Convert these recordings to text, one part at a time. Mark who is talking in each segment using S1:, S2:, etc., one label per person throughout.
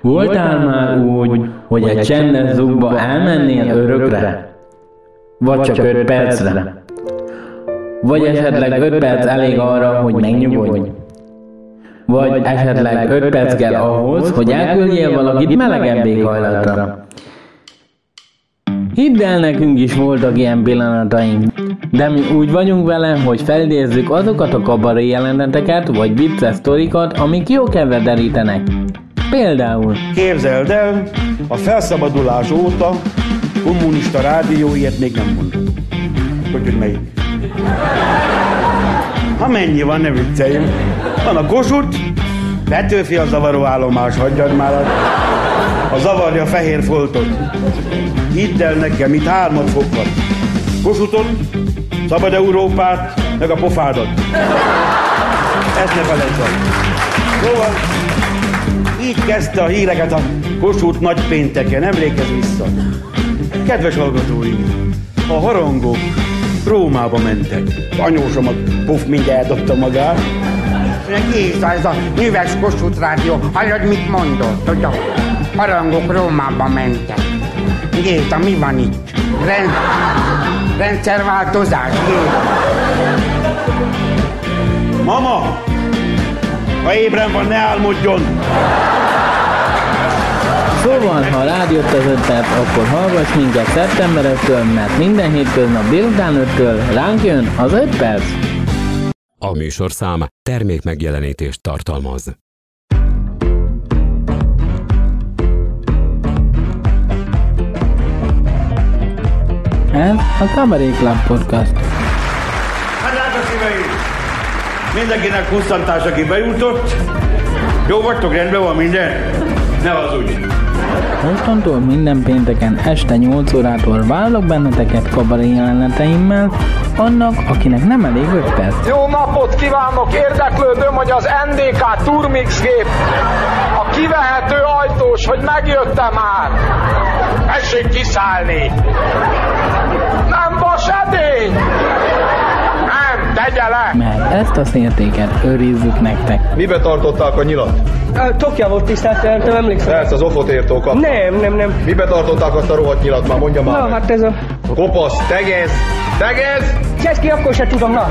S1: Voltál már úgy, hogy egy csendes zugba elmennél örökre? Vagy csak 5 percre? Vagy esetleg 5 perc elég arra, hogy megnyugodj? Vagy esetleg 5 perc kell ahhoz, hogy elküldjél valakit melegebb éghajlatra? Hidd el, nekünk is voltak ilyen pillanataink. De mi úgy vagyunk vele, hogy felidézzük azokat a kabaré jeleneteket, vagy vicces sztorikat, amik jó kedvet derítenek. Például
S2: Képzeld el, a felszabadulás óta kommunista rádió ilyet még nem mondott. Hogy, hogy melyik. Ha mennyi van, ne vicceljünk. Van a Kossuth, Petőfi a zavaró állomás, hagyjad már a, a zavarja a fehér foltot. Hidd el nekem, itt hármat fognak. Kossuthot, Szabad Európát, meg a pofádat. Ezt ne felejtsd el. Szóval, így kezdte a híreket a Kossuth nagypénteken, emlékezz vissza. Kedves hallgatóink, a harangok Rómába mentek. Anyósom a puf mindjárt eldobta magát.
S3: Jézus, ez a műves Kossuth Rádió, hallod, mit mondott, tudja? Harangok Rómába mentek. Géta, mi van itt? Rend... Rendszerváltozás, Géta.
S2: Mama! Ha ébren van, ne álmodjon!
S1: Szóval, ha rád jött az ötlet, akkor hallgass minket szeptemberestől, mert minden hétköznap délután 5-től ránk jön az 5 perc.
S4: A műsorszám termék megjelenítést tartalmaz.
S1: Ez a Kabaré Club Podcast.
S2: Hát drága szíveim! Mindenkinek kusztantás, aki bejutott. Jó vagytok, rendben van minden? Ne hazudj!
S1: Mostantól minden pénteken este 8 órától várlak benneteket kabaré jeleneteimmel, annak, akinek nem elég 5 perc.
S5: Jó napot kívánok! Érdeklődöm, hogy az NDK Turmix gép a kivehető ajtós, hogy megjöttem már! Tessék kiszállni! Nem vas edény! Nem, tegye le!
S1: Mert ezt a szértéket őrizzük nektek.
S6: Mibe tartották a nyilat?
S7: Tokja volt tisztelt, nem, nem emlékszem.
S6: Persze, az ofotértól kap.
S7: Nem, nem, nem.
S6: Mibe tartották azt a rohadt nyilat? Már mondja már.
S7: Na,
S6: meg.
S7: hát ez a...
S6: Kopasz, tegez, tegez!
S7: Csesz ki, akkor se tudom, na.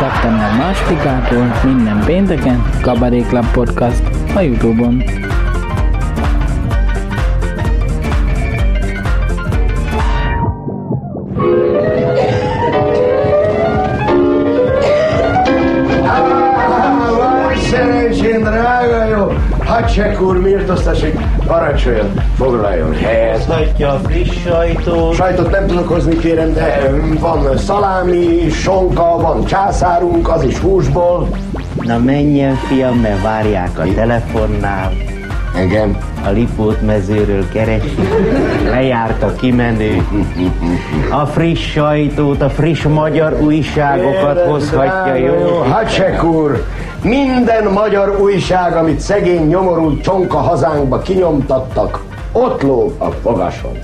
S1: Szeptember másodikától minden pénteken Kabaré Club Podcast a Youtube-on.
S8: Szerencsén, drága jó! Hadsek úr, méltoztassuk, parancsoljon, foglaljon helyet.
S9: Hozhatja a friss sajtót,
S8: Sajtot nem tudok hozni, kérem, de mm, van szalámi, sonka, van császárunk, az is húsból.
S9: na menjen fiam, mert várják a telefonnál,
S8: Engem.
S9: a Lipót mezőről keresik, lejárt a kimenő, a friss sajtót, a friss magyar újságokat
S8: Kérem,
S9: hozhatja,
S8: drága
S9: jó?
S8: Hadsek úr, minden magyar újság, amit szegény nyomorult csonka hazánkba kinyomtattak, ott lóg a fogason.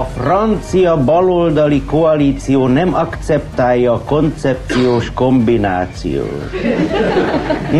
S9: A francia baloldali koalíció nem akceptálja a koncepciós kombinációt.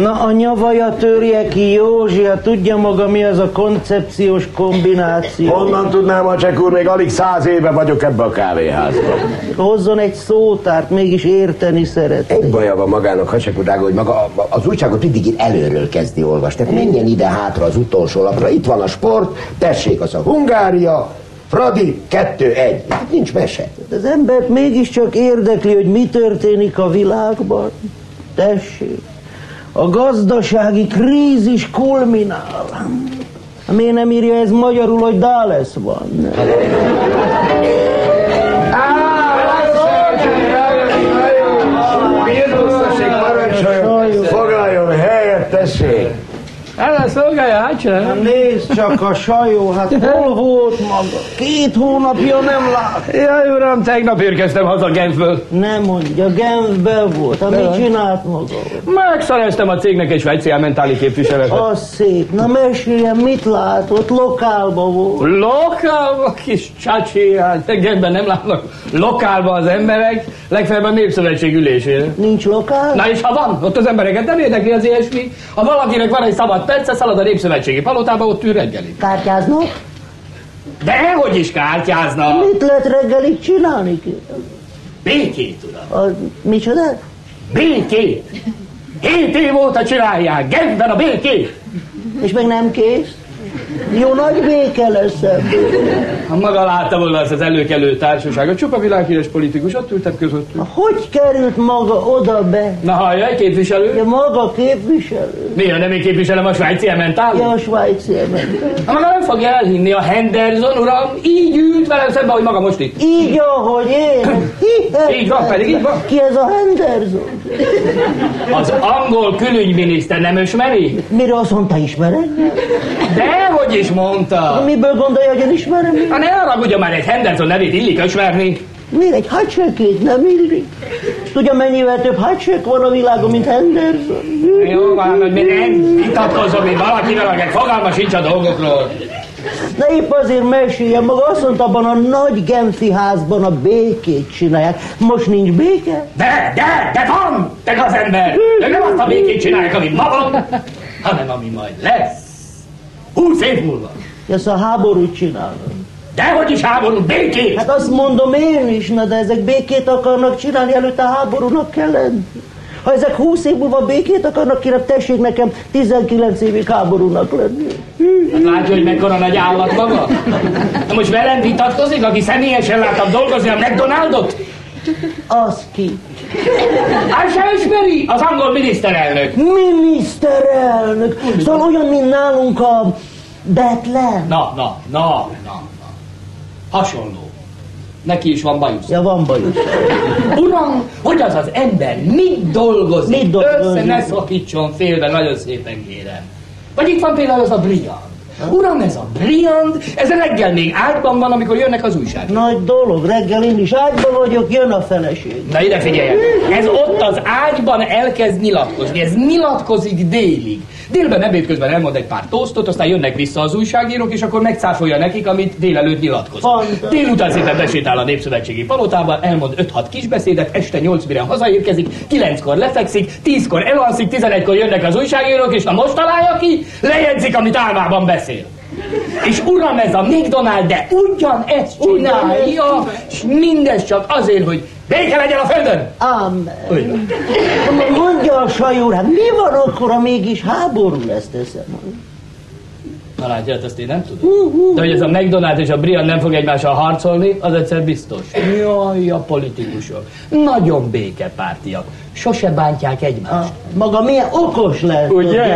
S9: Na a nyavaja törje ki Józsia, tudja maga mi az a koncepciós kombináció?
S8: Honnan tudnám, Hadsek úr, még alig száz éve vagyok ebbe a kávéházba.
S9: Hozzon egy szótárt, mégis érteni szeret.
S8: Egy baja van magának, Hacsakudága, hogy maga a- az újságot mindig itt előről kezdi olvasni. Tehát menjen ide-hátra az utolsó lapra. Itt van a sport, tessék, az a Hungária, Fradi 2-1. Hát nincs mese.
S9: Az embert mégiscsak érdekli, hogy mi történik a világban. Tessék, a gazdasági krízis kulminál. Hát Miért nem írja ez magyarul, hogy Dálesz van?
S8: Foglaljon helyet, tessék.
S9: Hát
S10: Szolgálja, szolgálja, hát csinálja.
S9: Nézd csak a sajó, hát hol volt maga? Két hónapja nem lát.
S10: Jaj, uram, tegnap érkeztem haza Genfből.
S9: Nem mondja, Genfben volt. Hát mit
S10: Dehogy.
S9: csinált maga?
S10: Megszereztem a cégnek egy speciálmentáli képviseletet.
S9: Az szép. Na meséljen, mit látott? Lokálba volt.
S10: Lokálba, kis csácsi, hát Genfben nem látnak lokálba az emberek, legfeljebb a Népszövetség ülésén.
S9: Nincs lokál?
S10: Na és ha van, ott az embereket nem érdekli az ilyesmi, ha valakinek van egy szabad perce, szalad a Népszövetségi palotába, ott ül reggeli.
S9: Kártyáznak?
S10: Dehogy is kártyázna!
S9: Mit lehet reggelit csinálni? ki?
S10: Békét, uram!
S9: A, micsoda?
S10: Békét! Hét év óta csinálják, Genfben a békét!
S9: És meg nem kész? Jó nagy béke lesz ebből.
S10: Ha maga látta volna ezt az előkelő társaságot, csupa világhíres politikus, ott ültem közöttük.
S9: Hogy került maga oda be?
S10: Na hallja, egy képviselő?
S9: Ja, maga képviselő.
S10: Néha nem én képviselem a svájci
S9: Ja,
S10: ementálit?
S9: a svájci ember.
S10: Ha maga nem fogja elhinni, a Henderson uram így ült velem szemben, hogy maga most itt.
S9: Így, ahogy én. hát Hihetetlen.
S10: Így van, pedig így van.
S9: Ki ez a Henderson?
S10: Az angol külügyminiszter nem ismeri?
S9: Mire azt mondta, ismered?
S10: Dehogy is mondta!
S9: Miből gondolja, hogy én ismerem?
S10: Na ne haragudja már, egy Henderson nevét illik ösverni.
S9: Miért egy hadsekét nem illik? Tudja, mennyivel több hadsek van a világon, mint Henderson?
S10: Jó van, hogy mi nem vitatkozom én valakivel, akinek fogalma sincs a dolgokról.
S9: Na épp azért meséljen maga, azt mondta, abban a nagy Genfi házban a békét csinálják. Most nincs béke?
S10: De, de, de van, te az ember! De nem azt a békét csinálják, ami ma van, hanem ami majd lesz. Húsz év múlva.
S9: Ezt a háborút csinálnak.
S10: Dehogy is háború, békét!
S9: Hát azt mondom én is, na de ezek békét akarnak csinálni, előtte háborúnak kell lenni. Ha ezek 20 év múlva békét akarnak, kérem, tessék nekem 19 évig háborúnak lenni.
S10: Hát látja, hogy mekkora nagy állat maga? Na most velem vitatkozik, aki személyesen láttam dolgozni a McDonaldot?
S9: Az ki?
S10: Hát se ismeri az angol miniszterelnök.
S9: Miniszterelnök! Szóval olyan, mint nálunk a Betlen.
S10: Na, na, na, na, na. Hasonló. Neki is van bajusz.
S9: Ja, van bajos.
S10: Uram, hogy az az ember mit dolgozik?
S9: Mit dolgozik?
S10: Össze ne szakítson félbe, nagyon szépen kérem. Vagy itt van például az a briand. Uram, ez a briand, ez reggel még ágyban van, amikor jönnek az újságok.
S9: Nagy dolog, reggel én is ágyban vagyok, jön a feleség.
S10: Na ide figyeljen! Ez ott az ágyban elkezd nyilatkozni, ez nyilatkozik délig. Délben ebéd közben elmond egy pár tosztot, aztán jönnek vissza az újságírók, és akkor megcáfolja nekik, amit délelőtt nyilatkozott.
S9: Fantasztikus.
S10: Délután szépen besétál a Népszövetségi Palotába, elmond 5-6 kisbeszédet, este 8 mire hazaérkezik, 9-kor lefekszik, 10-kor elalszik, 11-kor jönnek az újságírók, és na most találja ki, lejegyzik, amit álmában beszél. És uram, ez a McDonald, de ugyanezt csinálja, és mindez csak azért, hogy béke legyen a földön!
S9: Ám,
S10: Úgy van.
S9: mondja a sajúr, hát mi van akkor, ha mégis háború lesz, teszem.
S10: Na látja, hát ezt én nem tudom. De hogy ez a McDonald és a Brian nem fog egymással harcolni, az egyszer biztos. Jaj, a politikusok. Nagyon békepártiak. Sose bántják egymást.
S9: Maga milyen okos lett.
S10: Ugye?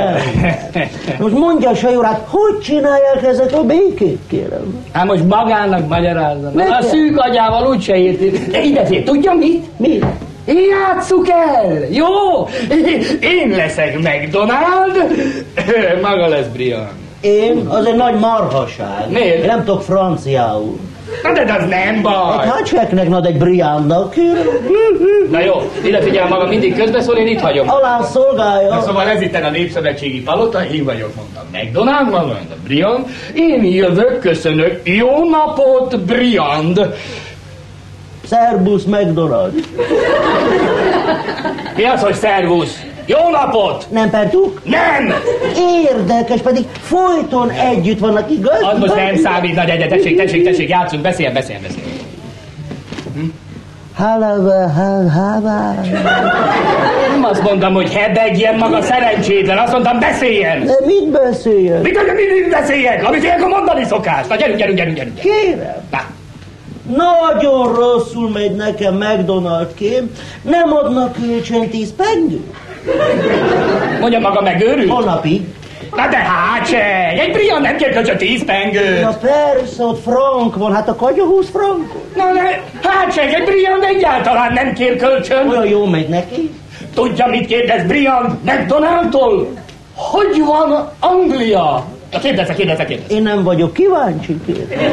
S9: Most mondja a sajórát, hogy csinálják ezek a békét, kérem?
S10: Hát most magának magyarázzam.
S9: Ne
S10: A
S9: kell.
S10: szűk agyával úgyse érti. De ide fél, tudja mit?
S9: Mi?
S10: Játsszuk el, jó? Én leszek McDonald, maga lesz Brian.
S9: Én? Az egy nagy marhaság.
S10: Miért?
S9: Én nem tudok franciául. Hát,
S10: Na de az nem
S9: Egy
S10: baj.
S9: hacseknek, na de egy briánnak, kérem.
S10: Na jó, ide figyel maga mindig közbeszól, én itt hagyom.
S9: Alá
S10: Na
S9: szolgálja.
S10: szóval ez itt a Népszövetségi Palota, én vagyok, mondtam McDonald, mondom, a Briand. Én jövök, köszönök, jó napot, Briand.
S9: Szerbusz McDonald.
S10: Mi az, hogy szervusz? Jó napot!
S9: Nem pertük?
S10: Nem!
S9: Érdekes, pedig folyton együtt vannak, igaz?
S10: Az most nem számít, nagy egyet, tessék, tessék, tessék, játszunk, beszéljen, beszéljen, beszéljen.
S9: Halava, hal, hava.
S10: Nem azt mondtam, hogy hebegjen maga szerencsétlen, azt mondtam, beszéljen!
S9: De mit beszéljön?
S10: Mit, hogy mindig beszéljek, amit ilyenkor mondani szokás? Na gyerünk, gyerünk, gyerünk, gyerünk.
S9: Kérem.
S10: Na,
S9: Nagyon rosszul megy nekem McDonald kém. Nem adnak kölcsön tíz pengőt?
S10: mondja maga megőrült?
S9: Holnapig.
S10: Na de hát se! Egy Brian nem kér kölcsön tíz pengőt!
S9: Na persze, ott frank van, hát a kagya 20 frankot.
S10: Na de, hát se, egy Brian egyáltalán nem kér kölcsön!
S9: Olyan jó megy neki.
S10: Tudja, mit kérdez Brian McDonaldtól? Hogy van Anglia? Na, Kérdezze, kérdezze, kérdezze.
S9: Én nem vagyok kíváncsi, kérem.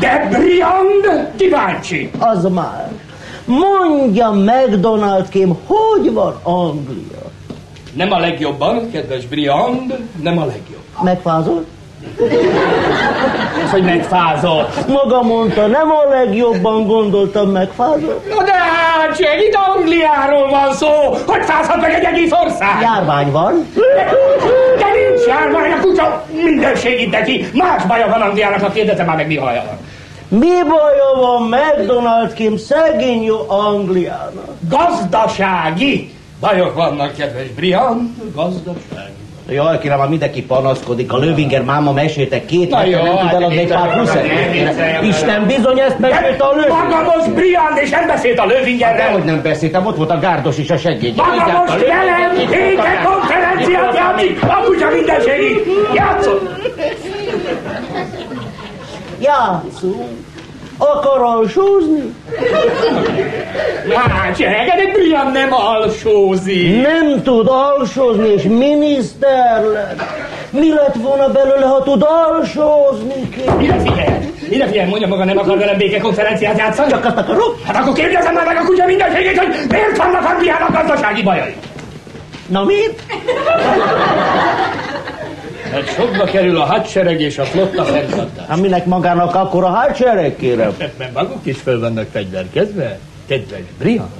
S10: De Briand kíváncsi.
S9: Az már. Mondja meg, Donald kém, hogy van Anglia?
S10: Nem a legjobban, kedves Briand, nem a legjobb.
S9: Megfázol?
S10: Ez, hogy megfázott.
S9: Maga mondta, nem a legjobban gondoltam, megfázol.
S10: Na de hát, Jack, itt Angliáról van szó, hogy fázhat meg egy egész ország.
S9: Járvány van.
S10: De nincs járvány, a kutya minden segít neki. Más baja van Angliának, ha kérdezem már meg mi haja van.
S9: Mi baja van meg, Donald kém, szegény jó Angliának?
S10: Gazdasági bajok vannak, kedves Briand, gazdasági.
S11: Jaj, kérem, már mindenki panaszkodik. A Lövinger máma mesélte két
S10: Na
S11: hete,
S10: jó,
S11: nem tud
S10: hát
S11: eladni egy
S10: én
S11: pár
S10: nem
S11: plusz
S10: tudom, nem hiszem.
S11: Isten bizony ezt mesélte a Lövinger.
S10: Maga most Briand, és nem beszélt a
S11: De
S10: Lövingerrel.
S11: hogy Hát nem beszéltem, ott volt a gárdos is a segédje. Így
S10: Maga
S11: állt a
S10: most
S11: Lövinger,
S10: velem
S11: így
S10: héten
S11: fogta.
S10: konferenciát játszik, a kutya minden segít. Játszol!
S9: Játszunk. Akarol sózni?
S10: Hát, Jack, de Briand nem alsózik.
S9: Nem tud alsózni, és miniszter lett. Mi lett volna belőle, ha tud alsózni, kérem?
S10: Ide figyelj! Ide figyelj, mondja maga, nem akar velem békekonferenciát játszani? Csak azt akarok? Hát akkor kérdezem már meg a kutya mindenségét, hogy miért vannak Angliának gazdasági bajai?
S9: Na mit?
S10: Hát sokba kerül a hadsereg és a flotta fenntartás.
S9: Hát minek magának akkor a hadsereg, kérem?
S10: Mert maguk is föl vannak fegyverkezve. Kedves Brian.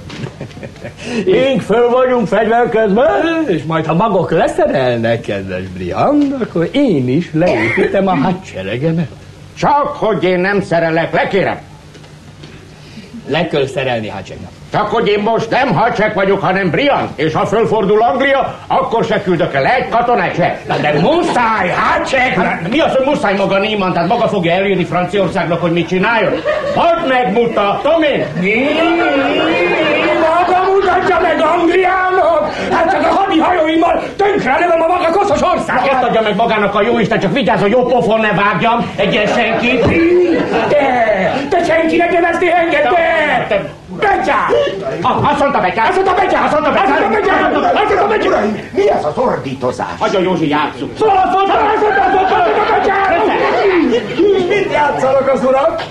S9: Énk föl vagyunk fegyverkezve?
S10: És majd, ha magok leszerelnek, kedves Brian, akkor én is leépítem a hadseregemet.
S3: Csak hogy én nem szerelek, lekérem.
S10: Le kell szerelni hadsereget.
S3: Csak hogy én most nem hadsek vagyok, hanem Brian, és ha fölfordul Anglia, akkor se küldök el egy katonát se.
S10: Na de muszáj,
S3: hát
S10: hadsereg!
S3: Mi az, hogy muszáj maga Néman, tehát maga fogja elírni Franciaországnak, hogy mit csináljon? Hadd megmutatom én!
S10: Maga mutatja meg Angliának! Hát csak a hadihajóimmal tönkre lövöm a maga koszos
S3: Ezt
S10: országát!
S3: adja meg magának a jó Isten, csak vigyázz, hogy jó pofon ne vágjam egyen senkit.
S10: Te! Te senkinek nem ezt enged, te! Betyá!
S3: Ah, Azt mondta Betyár!
S10: Azt mondta Betyá! Azt mondta Betyá! Azt mondta Betyá! Azt mondta Betyá!
S8: Mi ez az ordítozás?
S3: Hagyja Józsi, játsszuk!
S10: Szóval azt mondta, azt mondta, azt mondta, azt mondta Betyá!
S8: Mit játszanak az urak?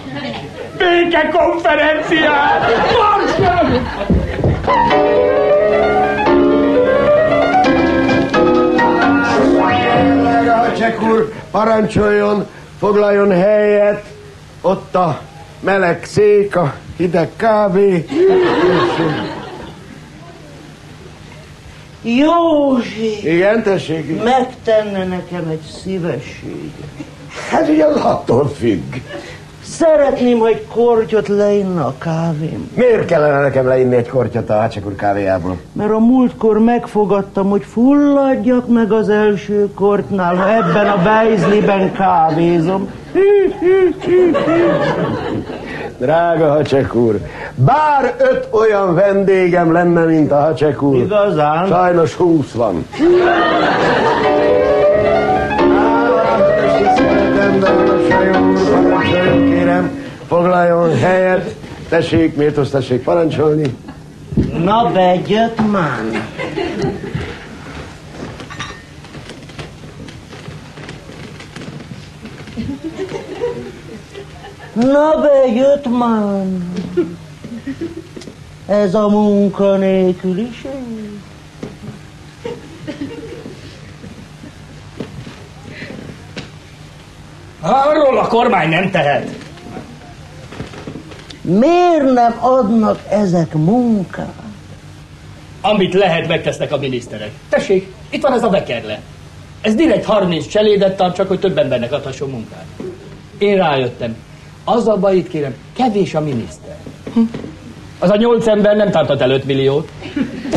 S10: Béke konferenciát! Marsan!
S8: Tényleg, Hacsek úr, parancsoljon, foglaljon helyet. Ott a meleg szék, a hideg kávé.
S9: Józsi,
S8: Igen, tessék.
S9: megtenne nekem egy szívesség.
S8: Hát ugye az attól függ.
S9: Szeretném, hogy kortyot leinna a kávém.
S8: Miért kellene nekem leinni egy kortyot a Hacsek úr kávéjából?
S9: Mert a múltkor megfogadtam, hogy fulladjak meg az első kortnál, ha ebben a bejzliben kávézom. Hű, hű, hű, hű.
S8: Drága Hacsek úr, bár öt olyan vendégem lenne, mint a Hacsek úr.
S9: Igazán?
S8: Sajnos húsz van. Kérem, foglaljon helyet. Tessék, méltóz tessék parancsolni.
S9: Na, begyött már. Na, bejött már. Ez a munkanélküliség.
S10: Arról a kormány nem tehet.
S9: Miért nem adnak ezek munkát?
S10: Amit lehet, megtesznek a miniszterek. Tessék, itt van ez a vekerle. Ez direkt 30 cselédet tart, csak hogy több embernek adhasson munkát. Én rájöttem. Az a baj itt kérem, kevés a miniszter. Hm. Az a nyolc ember nem tartott el 5 milliót.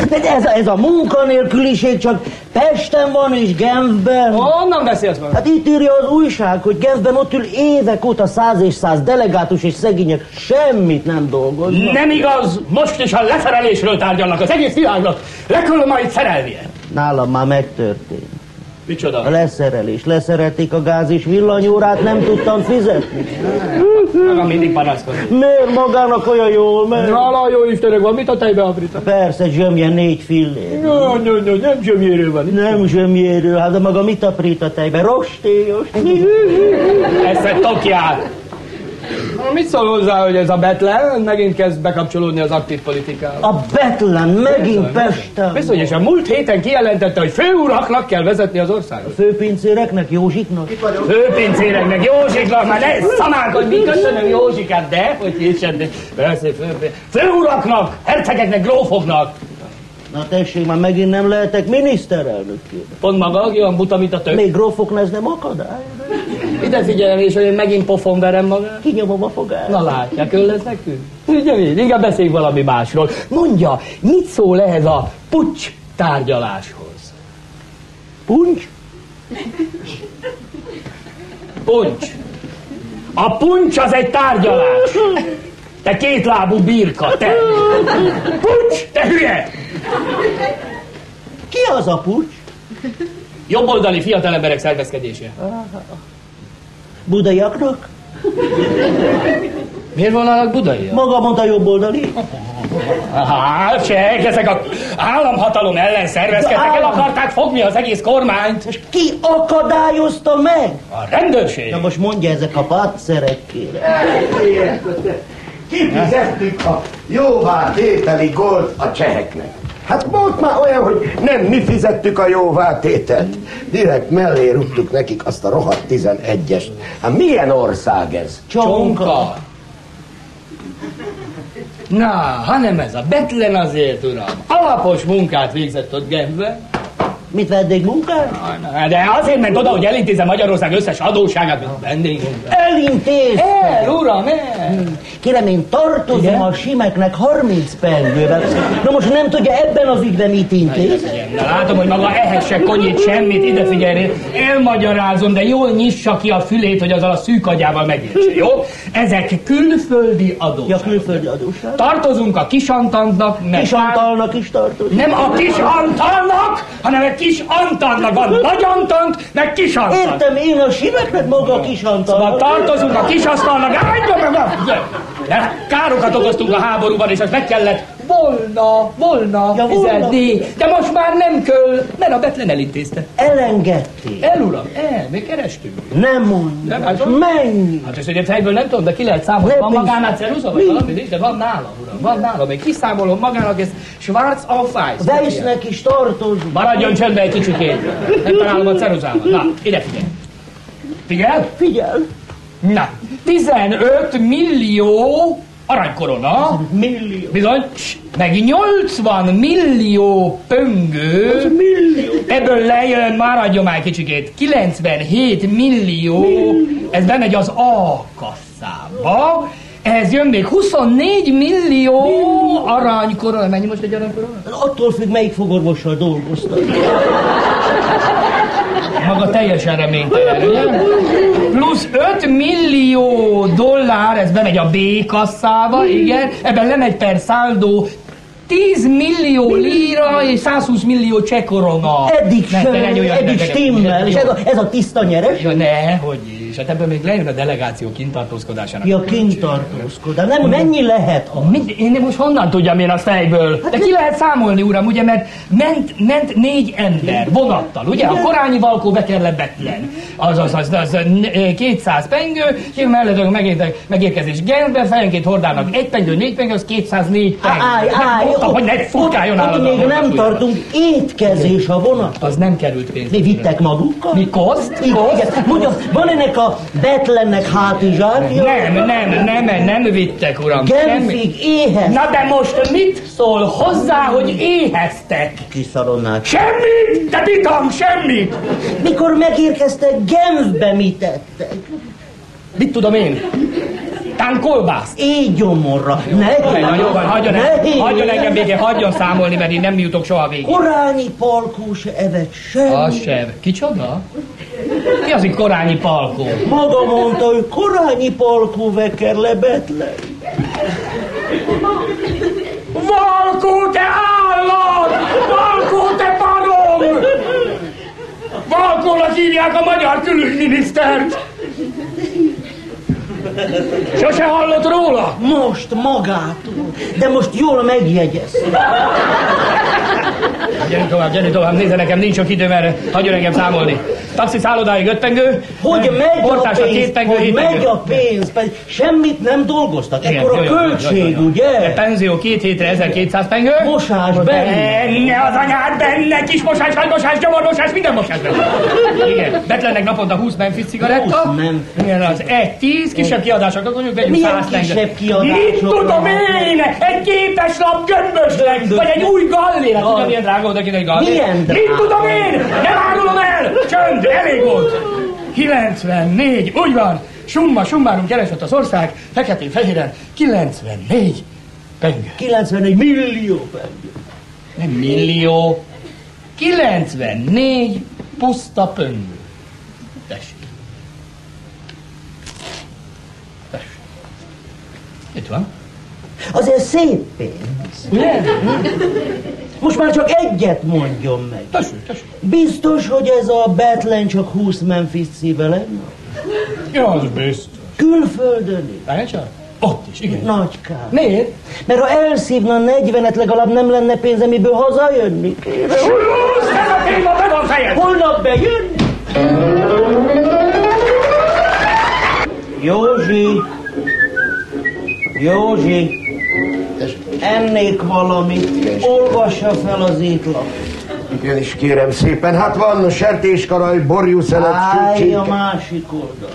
S9: De ez, a- ez a munkanélküliség csak Pesten van és Genfben.
S10: Honnan beszélsz meg?
S9: Hát itt írja az újság, hogy Genfben ott ül évek óta száz és száz delegátus és szegények semmit nem dolgoznak.
S10: Nem igaz! Most is a leszerelésről tárgyalnak az egész világnak. Le kell majd szerelnie.
S9: Nálam már megtörtént.
S10: Micsoda?
S9: A leszerelés, leszerelték a gáz és villanyórát, nem tudtam fizetni.
S10: Maga mindig panaszkodik.
S9: Miért magának olyan jól megy?
S10: Hála jó Istenek, van mit a tejbe aprítani?
S9: Persze, zsömje négy fillér.
S10: Jó, jó, jó, nem zsömjéről van.
S9: Nem zsömjéről, hát de maga mit aprít a tejbe? Rostélyos.
S10: Eszed tokját! Mit szól hozzá, hogy ez a Betlen megint kezd bekapcsolódni az aktív politikába?
S9: A Betlen megint Pesten.
S10: Bizonyos, a múlt héten kijelentette, hogy főuraknak kell vezetni az országot.
S9: Főpincéreknek, Józsiknak?
S10: Főpincéreknek, Józsiknak, már ne szamánkodj, mi köszönöm Józsikát, de, hogy hiszem, de persze, fő, főuraknak, hercegeknek, grófoknak.
S9: Na tessék, már megint nem lehetek miniszterelnök.
S10: Pont maga olyan buta, mint a tök.
S9: Még grófoknál ez nem akadály.
S10: Ide figyeljen, és hogy én megint pofon verem magát.
S9: Kinyomom a fogát.
S10: Na látják, ő lesz nekünk? Ugye mi? Inkább beszéljünk valami másról. Mondja, mit szól ehhez a pucs tárgyaláshoz?
S9: Puncs?
S10: Puncs. A puncs az egy tárgyalás. Te kétlábú birka, te. Puncs, te hülye!
S9: Ki az a pucs?
S10: Jobboldali fiatalemberek szervezkedése.
S9: Budaiaknak?
S10: Miért vonalak budai?
S9: Maga mondta jobboldali?
S10: Hát, csek, ezek a államhatalom ellen szervezkedtek,
S9: De
S10: el
S9: állam-
S10: akarták fogni az egész kormányt.
S9: És ki akadályozta meg?
S10: A rendőrség.
S9: Na most mondja ezek a padszerek, kérem.
S8: Kifizettük a jóvátételi gólt a cseheknek. Hát volt már olyan, hogy nem mi fizettük a jóvátételt. Direkt mellé rúgtuk nekik azt a rohadt 11-est. Hát milyen ország ez?
S10: Csonka. Na, hanem ez a Betlen azért, uram. Alapos munkát végzett ott Genfben.
S9: Mit veddig munkát?
S10: Na, De azért ment oda, hogy elintézze Magyarország összes adóságát, mint vendégünk.
S9: Elintéz!
S10: El, uram, el!
S9: Kérem, én tartozom
S10: Igen?
S9: a simeknek 30 pengővel. Na most nem tudja ebben az ügyben mit intéz?
S10: Na, látom, hogy maga ehhez se konyít semmit, ide figyelj, elmagyarázom, de jól nyissa ki a fülét, hogy azzal a szűk agyával megértse, jó? Ezek külföldi
S9: Ja,
S10: adóságok.
S9: külföldi adósság.
S10: Tartozunk a kisantantnak, meg...
S9: És Antalnak is tartozik.
S10: Nem a kis Antalnak, hanem a kis Antalnak van nagy Antant, meg kis Antant.
S9: Értem én a simeknek maga a kis
S10: Szóval
S9: Antalnak.
S10: tartozunk a kisasztalnak, álljon meg! ne! De károkat okoztunk a háborúban, és azt meg kellett volna, volna
S9: Ja, volna.
S10: fizetni. De most már nem kell, mert a Betlen elintézte.
S9: Elengedték.
S10: El, uram, el, mi kerestünk.
S9: Nem mondja.
S10: Nem,
S9: És
S10: hát-
S9: mennyi?
S10: Hát ezt ugye fejből nem tudom, de ki lehet számolni.
S9: Nem
S10: Van
S9: is.
S10: magánál ceruza, vagy
S9: Mi?
S10: valami, nincs, de van nálam, uram, van nálam. Én kiszámolom magának ezt Schwarz auf Weiß.
S9: Weissnek is tartozik.
S10: Maradjon csöndbe egy kicsikét. Nem találom a ceruzámat. Na, ide figyelj. Figyel?
S9: Figyel,
S10: Na, 15 millió aranykorona.
S9: millió.
S10: Bizony, cs, meg 80 millió pöngő, ebből lejön, már adjon már kicsikét, 97 millió, ez bemegy az A kasszába, ehhez jön még 24 millió aranykorona, mennyi most egy aranykorona?
S9: Attól függ, melyik fogorvossal dolgoztak.
S10: Maga teljesen reménytelen, ugye? Plusz 5 millió dollár, ez bemegy a B kasszába, igen, ebben lemegy per száldó 10 millió lira és 120 millió csekorona.
S9: Eddig
S10: Ne,
S9: sem,
S10: ne, ne, jöjjön,
S9: eddig
S10: ne, ne, ne,
S9: stimmel,
S10: ne,
S9: és
S10: jó.
S9: ez a, ez a tiszta nyeres.
S10: Jó, ne, hogy is. Hát ebben még lejön a delegáció kintartózkodásának.
S9: Ja, kint tartózkodás. Nem, mennyi lehet az?
S10: Mind, én nem most honnan tudjam én azt fejből?
S9: Hát
S10: De ki lehet számolni, uram, ugye, mert ment, ment négy ember vonattal, ugye? A korányi valkó bekerle Betlen. Az, az, az, az, ö, 200 pengő, és mellett megérkezés, megérkezés Genfbe, fejenként hordának egy pengő, négy pengő, az 204 pengő. Hát
S9: Állj,
S10: Nem
S9: állj,
S10: mondtam, hogy ne furkáljon
S9: ott
S10: állandóan
S9: még nem
S10: magas ujjal.
S9: tartunk, étkezés a vonat.
S10: Az nem került pénz.
S9: Mi vittek magukkal?
S10: Mi koszt?
S9: Igen, igen. Mondja, van ennek a Betlennek hátizsákja?
S10: Nem, nem, nem, nem vittek, uram. Semmi.
S9: Genfig éhez.
S10: Na de most mit szól hozzá, hogy éheztek?
S9: Kiszalonnák.
S10: Semmit! De bitam, semmit!
S9: Mikor megérkeztek Genfbe, mit tettek?
S10: Mit tudom én? Tánkolbászt?
S9: Éj gyomorra. Ne
S10: Na jó van, hagyjon,
S9: ne
S10: el,
S9: hívj.
S10: hagyjon engem végén, hagyjon számolni, mert én nem jutok soha végig.
S9: Korányi palkó se evett semmi.
S10: Az sem. Kicsoda? Mi az, hogy korányi palkó?
S9: Maga mondta, hogy korányi palkó veker lebetlen.
S10: Valkó, te állat! Valkó, te parom! Valkó,
S12: minisztert? Sose hallott róla?
S9: Most magától, de most jól megjegyez.
S10: Gyerünk Hát tovább, gyerünk tovább, nézze nekem, nincs sok időm erre, hagyjon engem számolni. Taxi szállodáig öt pengő,
S9: Hogy megy a
S10: portásra
S9: pénz,
S10: két pengő,
S9: hogy
S10: hét pengő.
S9: megy a pénz, pedig semmit nem dolgoztak.
S10: Igen,
S9: Ekkor a
S10: jaj, jaj, jaj, jaj,
S9: költség,
S10: jaj.
S9: ugye?
S10: A penzió két hétre 1200 pengő.
S9: Mosás, benne.
S10: Benne az anyád, benne kis mosás, nagy mosás, gyomor mosás, minden mosás benne. Igen, betlennek naponta 20 Memphis cigaretta.
S9: 20 Memphis.
S10: Igen, az egy tíz, kisebb kiadások, mondjuk vegyünk
S9: Milyen
S10: 100 pengő.
S9: kisebb kiadások?
S10: Mit tudom én? Egy képes lap gömbös leg, vagy egy új gallér. Hát Tudod, milyen drága oda egy gallér?
S9: Milyen
S10: Mit tudom én? Nem árulom el! Csönd, elég volt! 94, úgy van! Summa summarum keresett az ország, feketén-fehéren, 94 penge.
S9: 94 millió penge.
S10: Nem millió, 94 puszta pöngő. Tessék. Tessék. Itt van.
S9: Azért szép pénz. Nem? Most már csak egyet mondjon meg.
S10: Tessék, tessék.
S9: Biztos, hogy ez a Betlen csak 20 Memphis szíve lenne?
S10: Ja, az biztos.
S9: Külföldön is.
S10: Lánycsa? Ott is, igen.
S9: Nagy kár.
S10: Miért?
S9: Mert ha elszívna 40-et, legalább nem lenne pénze, miből hazajönni. kéne.
S10: Húzd ez a téma, be van fejed!
S9: Holnap bejön? Józsi! Józsi! Ennék valamit, olvassa fel az étlap.
S8: Igen is kérem szépen, hát van sertéskaraj, borjúszelet,
S9: Állj a
S8: sütcsink,
S9: másik oldal.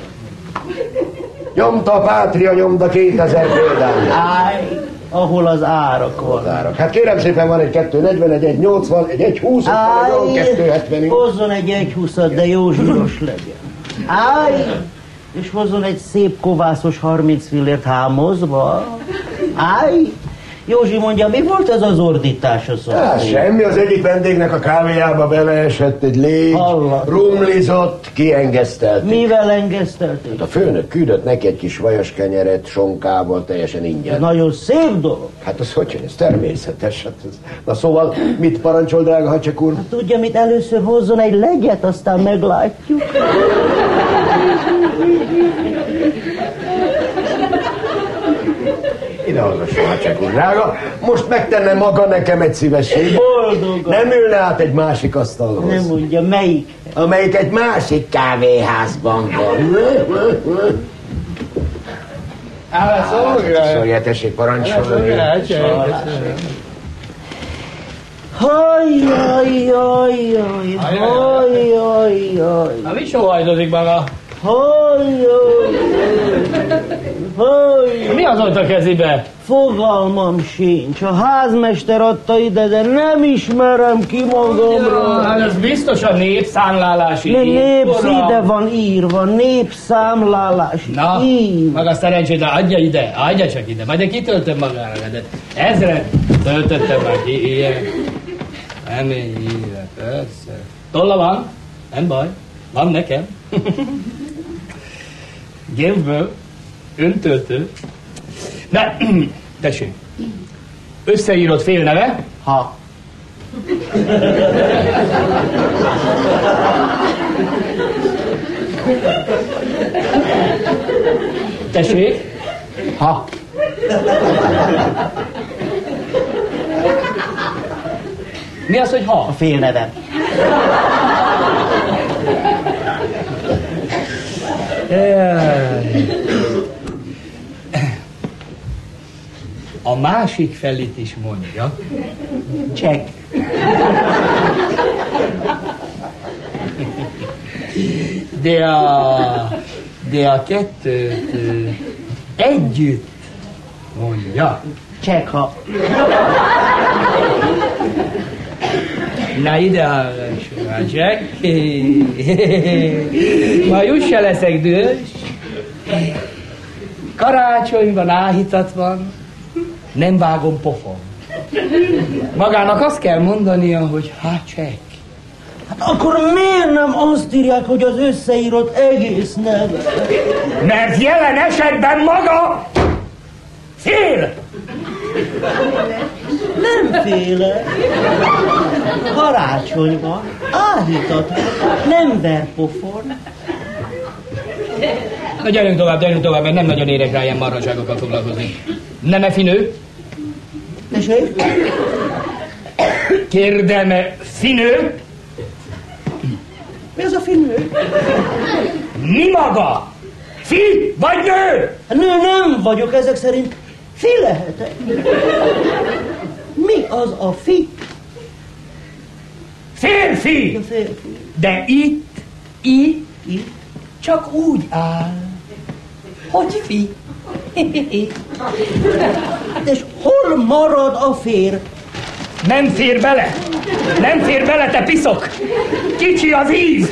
S8: nyomta a pátria, nyomta 2000 példány.
S9: Állj, ahol az árak vannak.
S8: Hát kérem szépen van egy 240, egy 180, egy 120, egy
S9: Állj,
S8: 270.
S9: hozzon egy 120 de jó zsíros legyen. Állj, és hozzon egy szép kovászos 30 fillért hámozva. Állj, Józsi mondja, mi volt ez az ordítás a
S8: Hát
S9: szomszéd?
S8: semmi, az egyik vendégnek a kávéjába beleesett egy légy,
S9: Hallak.
S8: rumlizott, kiengesztelt.
S9: Mivel engesztelték?
S8: A főnök küldött neki egy kis vajas kenyeret sonkával, teljesen ingyen.
S9: Nagyon szép dolog.
S8: Hát az hogy jön, ez természetes. Hát ez. Na szóval, mit parancsol, drága hacsek úr?
S9: Tudja, mit először hozzon egy legyet, aztán meglátjuk.
S8: Ide hallgasson, hacsek úr, drága. Most megtenne maga nekem egy szívességet.
S9: Boldogan.
S8: Nem ülne át egy másik
S9: Nem
S8: asztalhoz,
S9: mondja, melyik?
S8: amelyik egy másik kávéházban van. Szolgálja, tessék, parancsolni.
S9: Hajjajjajjaj, hajjajjaj.
S10: Na, mit sóhajtozik maga?
S9: Hajjaj!
S10: Mi az ott a kezibe?
S9: Fogalmam sincs. A házmester adta ide, de nem ismerem ki magamra.
S10: Hát ez biztos a népszámlálási
S9: Mi népsz
S10: ívóra.
S9: ide van írva, népszámlálás.
S10: Na,
S9: Így.
S10: maga szerencsét, adja ide, adja csak ide. Majd én kitöltöm magára rendet. Ezre töltöttem már ki, ilyen. Remény, ilyen, persze. Tolla van, nem baj, van nekem. Gémből, öntöltő. Na, tessék. Összeírott fél neve,
S9: Ha.
S10: tessék. Ha. Mi az, hogy ha?
S9: A fél nevem.
S10: Jaj. A másik felét is mondja.
S9: Csek.
S10: De a, de a kettőt ö, együtt mondja.
S9: Csek ha.
S10: Na ide hallgassák. Ma jussa leszek dühös. Karácsonyban áhítatlan, nem vágom pofon. Magának azt kell mondania, hogy hát csek.
S9: Hát Akkor miért nem azt írják, hogy az összeírott egész neve?
S10: Mert jelen esetben maga fél!
S9: Nem félek. Karácsony van, áhítat, nem ver pofon.
S10: Na gyerünk tovább, gyerünk tovább, mert nem nagyon érek rá ilyen marhaságokkal foglalkozni. Nem -e finő?
S9: Tessék?
S10: Kérdem-e finő?
S9: Mi az a finő?
S10: Mi maga? Fi vagy nő?
S9: Hát Nő nem vagyok ezek szerint. Fi lehetek. Mi az a fi?
S10: Férfi!
S9: A férfi.
S10: De itt, itt, itt csak úgy áll, hogy fi.
S9: És hol marad a fér?
S10: Nem fér bele! Nem fér bele, te piszok! Kicsi az íz!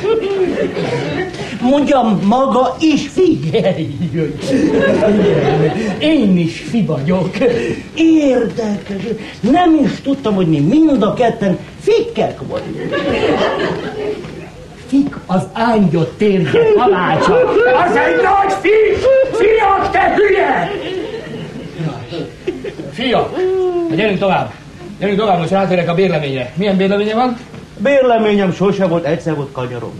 S9: Mondja maga is fi.
S10: Én is fi vagyok.
S9: Érdekes. Nem is tudtam, hogy mi mind a ketten fikkek vagyunk.
S10: Fik az ángyott térde kalácsa. Az egy nagy fi! Fiak, te hülye! Fia! Na gyerünk tovább. Gyerünk tovább, most rátérek a bérleményre. Milyen bérleménye van?
S9: Bérleményem sose volt, egyszer volt kanyarom.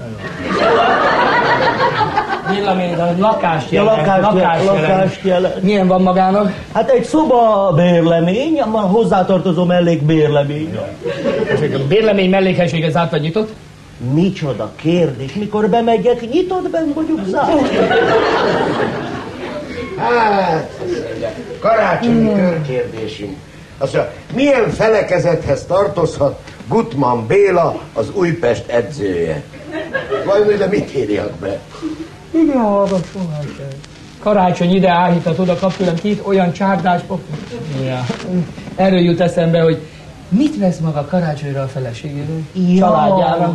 S10: Bérlemény, a lakást
S9: Ja,
S10: jelent.
S9: lakást, lakást,
S10: jelent.
S9: lakást jelent.
S10: Milyen van magának?
S9: Hát egy szoba bérlemény, a hozzátartozó mellék bérlemény.
S10: A bérlemény mellékhelysége zárt vagy nyitott?
S9: Micsoda kérdés, mikor bemegyek, nyitott benn vagyok zárva.
S8: Hát, karácsonyi körkérdésünk. Azt mondja, milyen felekezethez tartozhat Gutman Béla, az Újpest edzője? Vajon ide mit írjak be?
S10: Igen, hallgass, Karácsony ide áhítat oda kaptőlem két olyan csárdás pop. Ja. Erről jut eszembe, hogy mit vesz maga karácsonyra a feleségéről?
S9: Ja.
S10: Családjára?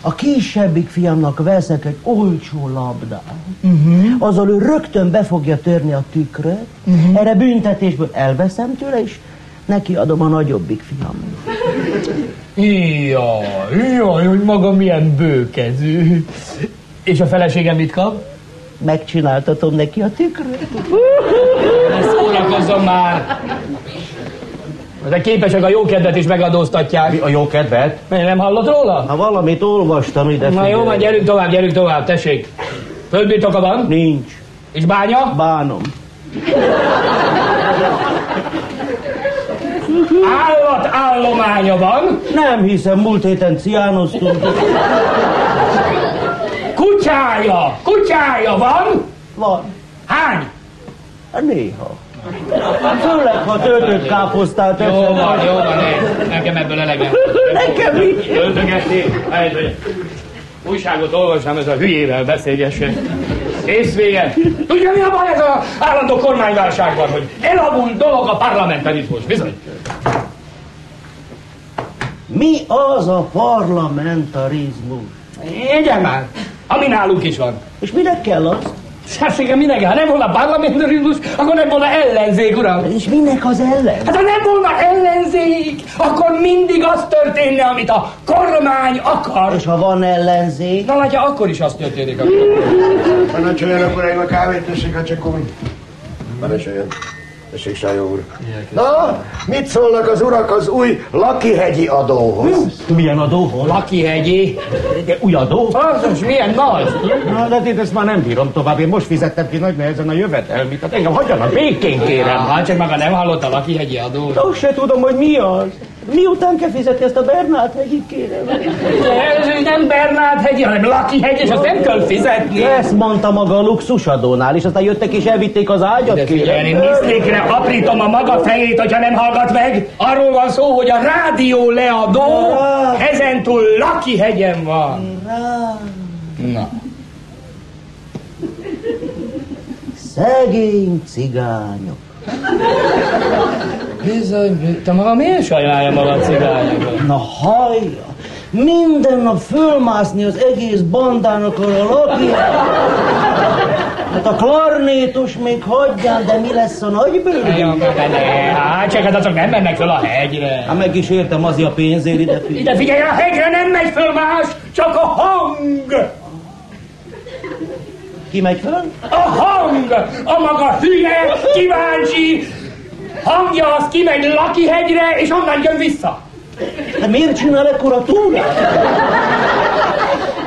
S9: A kisebbik fiamnak veszek egy olcsó labdát. Uh-huh. Azzal ő rögtön be fogja törni a tükröt, uh-huh. erre büntetésből elveszem tőle, és neki adom a nagyobbik fiamnak.
S10: Jaj, jaj, hogy maga milyen bőkezű. És a feleségem mit kap?
S9: Megcsináltatom neki a tükröt.
S10: Ne szórakozzon már! De képesek a jókedvet is megadóztatják. Mi
S11: a jókedvet?
S10: Nem hallott róla?
S9: Ha valamit olvastam ide.
S10: Na jó,
S9: figyelj.
S10: van, gyerünk tovább, gyerünk tovább, tessék. Földbirtoka van?
S9: Nincs.
S10: És bánya?
S9: Bánom.
S10: Állat állománya van?
S9: Nem hiszem, múlt héten ciánoztunk.
S10: Kutyája! Kutyája van?
S9: Van. Hát
S10: Hány?
S9: Néha. Hát Főleg, ha töltött káposztát
S10: Jó
S9: eszem.
S10: van, jó van, ne. nekem ebből elegem.
S9: szóval. Nekem is.
S10: Öltögetni, ez újságot olvasnám, ez a hülyével beszélgessek. Észvége. Tudja, mi a baj ez az állandó kormányválságban, hogy elavult dolog a parlamentarizmus, bizony.
S9: Mi az a parlamentarizmus?
S10: Igen már. Ami nálunk is van.
S9: És minek kell az?
S10: Sársége minek? Ha nem volna parlamentarizmus, akkor nem volna ellenzék, uram.
S9: És minek az ellen?
S10: Hát ha nem volna ellenzék, akkor mindig az történne, amit a kormány akar.
S9: És ha van ellenzék?
S10: Na látja, akkor is az történik, amit akar.
S8: Parancsoljanak, uraim, a kávét tessék, ha csak úgy. Parancsoljon. Tessék, Sájó úr. Na, mit szólnak az urak az új lakihegyi adóhoz?
S9: Milyen adóhoz?
S10: Lakihegyi.
S11: Új adó?
S10: Az most milyen nagy?
S11: Na,
S9: hát
S11: de én ezt már nem bírom tovább. Én most fizettem ki nagy nehezen a jövedelmit. Hát engem hagyjanak békén, kérem.
S10: Hát csak maga nem hallotta a lakihegyi adót.
S9: Azt se tudom, hogy mi az. Miután kell fizetni ezt a Bernát hegyit, kérem?
S10: Ez nem Bernát hegy, hanem Lakihegy, és azt nem kell fizetni.
S9: Ezt mondta maga a luxusadónál, és aztán jöttek és elvitték az ágyat,
S10: De figyelj, én
S9: kérem.
S10: misztékre aprítom a maga fejét, hogyha nem hallgat meg. Arról van szó, hogy a rádió leadó ezentúl Lakihegyen van. Na.
S9: Szegény cigányok.
S10: Bizony, te maga miért sajnálja maga a cigányokat?
S9: Na hallja! Minden nap fölmászni az egész bandának arra a lakjára. Hát a klarnétus még hagyján, de mi lesz a nagybőrű?
S10: Hát csak hát azok nem mennek fel a hegyre.
S9: Hát meg is értem azért a pénzért ide figyelj.
S10: Ide figyelj, a hegyre nem megy föl más, csak a hang!
S9: Ki megy föl?
S10: A hang! A maga hülye, kíváncsi hangja az kimegy Lakihegyre, és onnan jön vissza.
S9: De miért csinál ekkora túrát?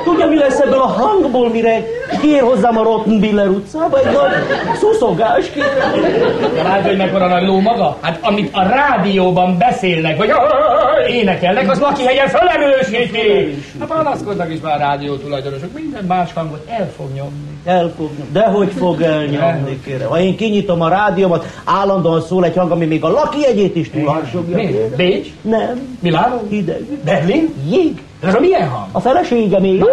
S9: tudja, mi lesz ebből a hangból, mire kiér hozzám a Rottenbiller utcába? Egy nagy szuszogás kérem.
S10: Látod, hogy mekkora nagy ló maga? Hát amit a rádióban beszélnek, vagy énekelnek, az Lakihegyen felerősíti. Hát panaszkodnak is már a rádió tulajdonosok, minden más hangot el fog nyomni.
S9: El fog nyomni. Dehogy fog elnyomni, kérem. Ha én kinyitom a rádiómat, állandóan szól egy hang, ami még a lakijegyét is túlharsogja.
S10: Mi?
S9: kérem.
S10: Bécs?
S9: Nem.
S10: Milánó?
S9: Hideg.
S10: Berlin?
S9: Jég.
S10: Ez a milyen hang?
S9: A felesége még.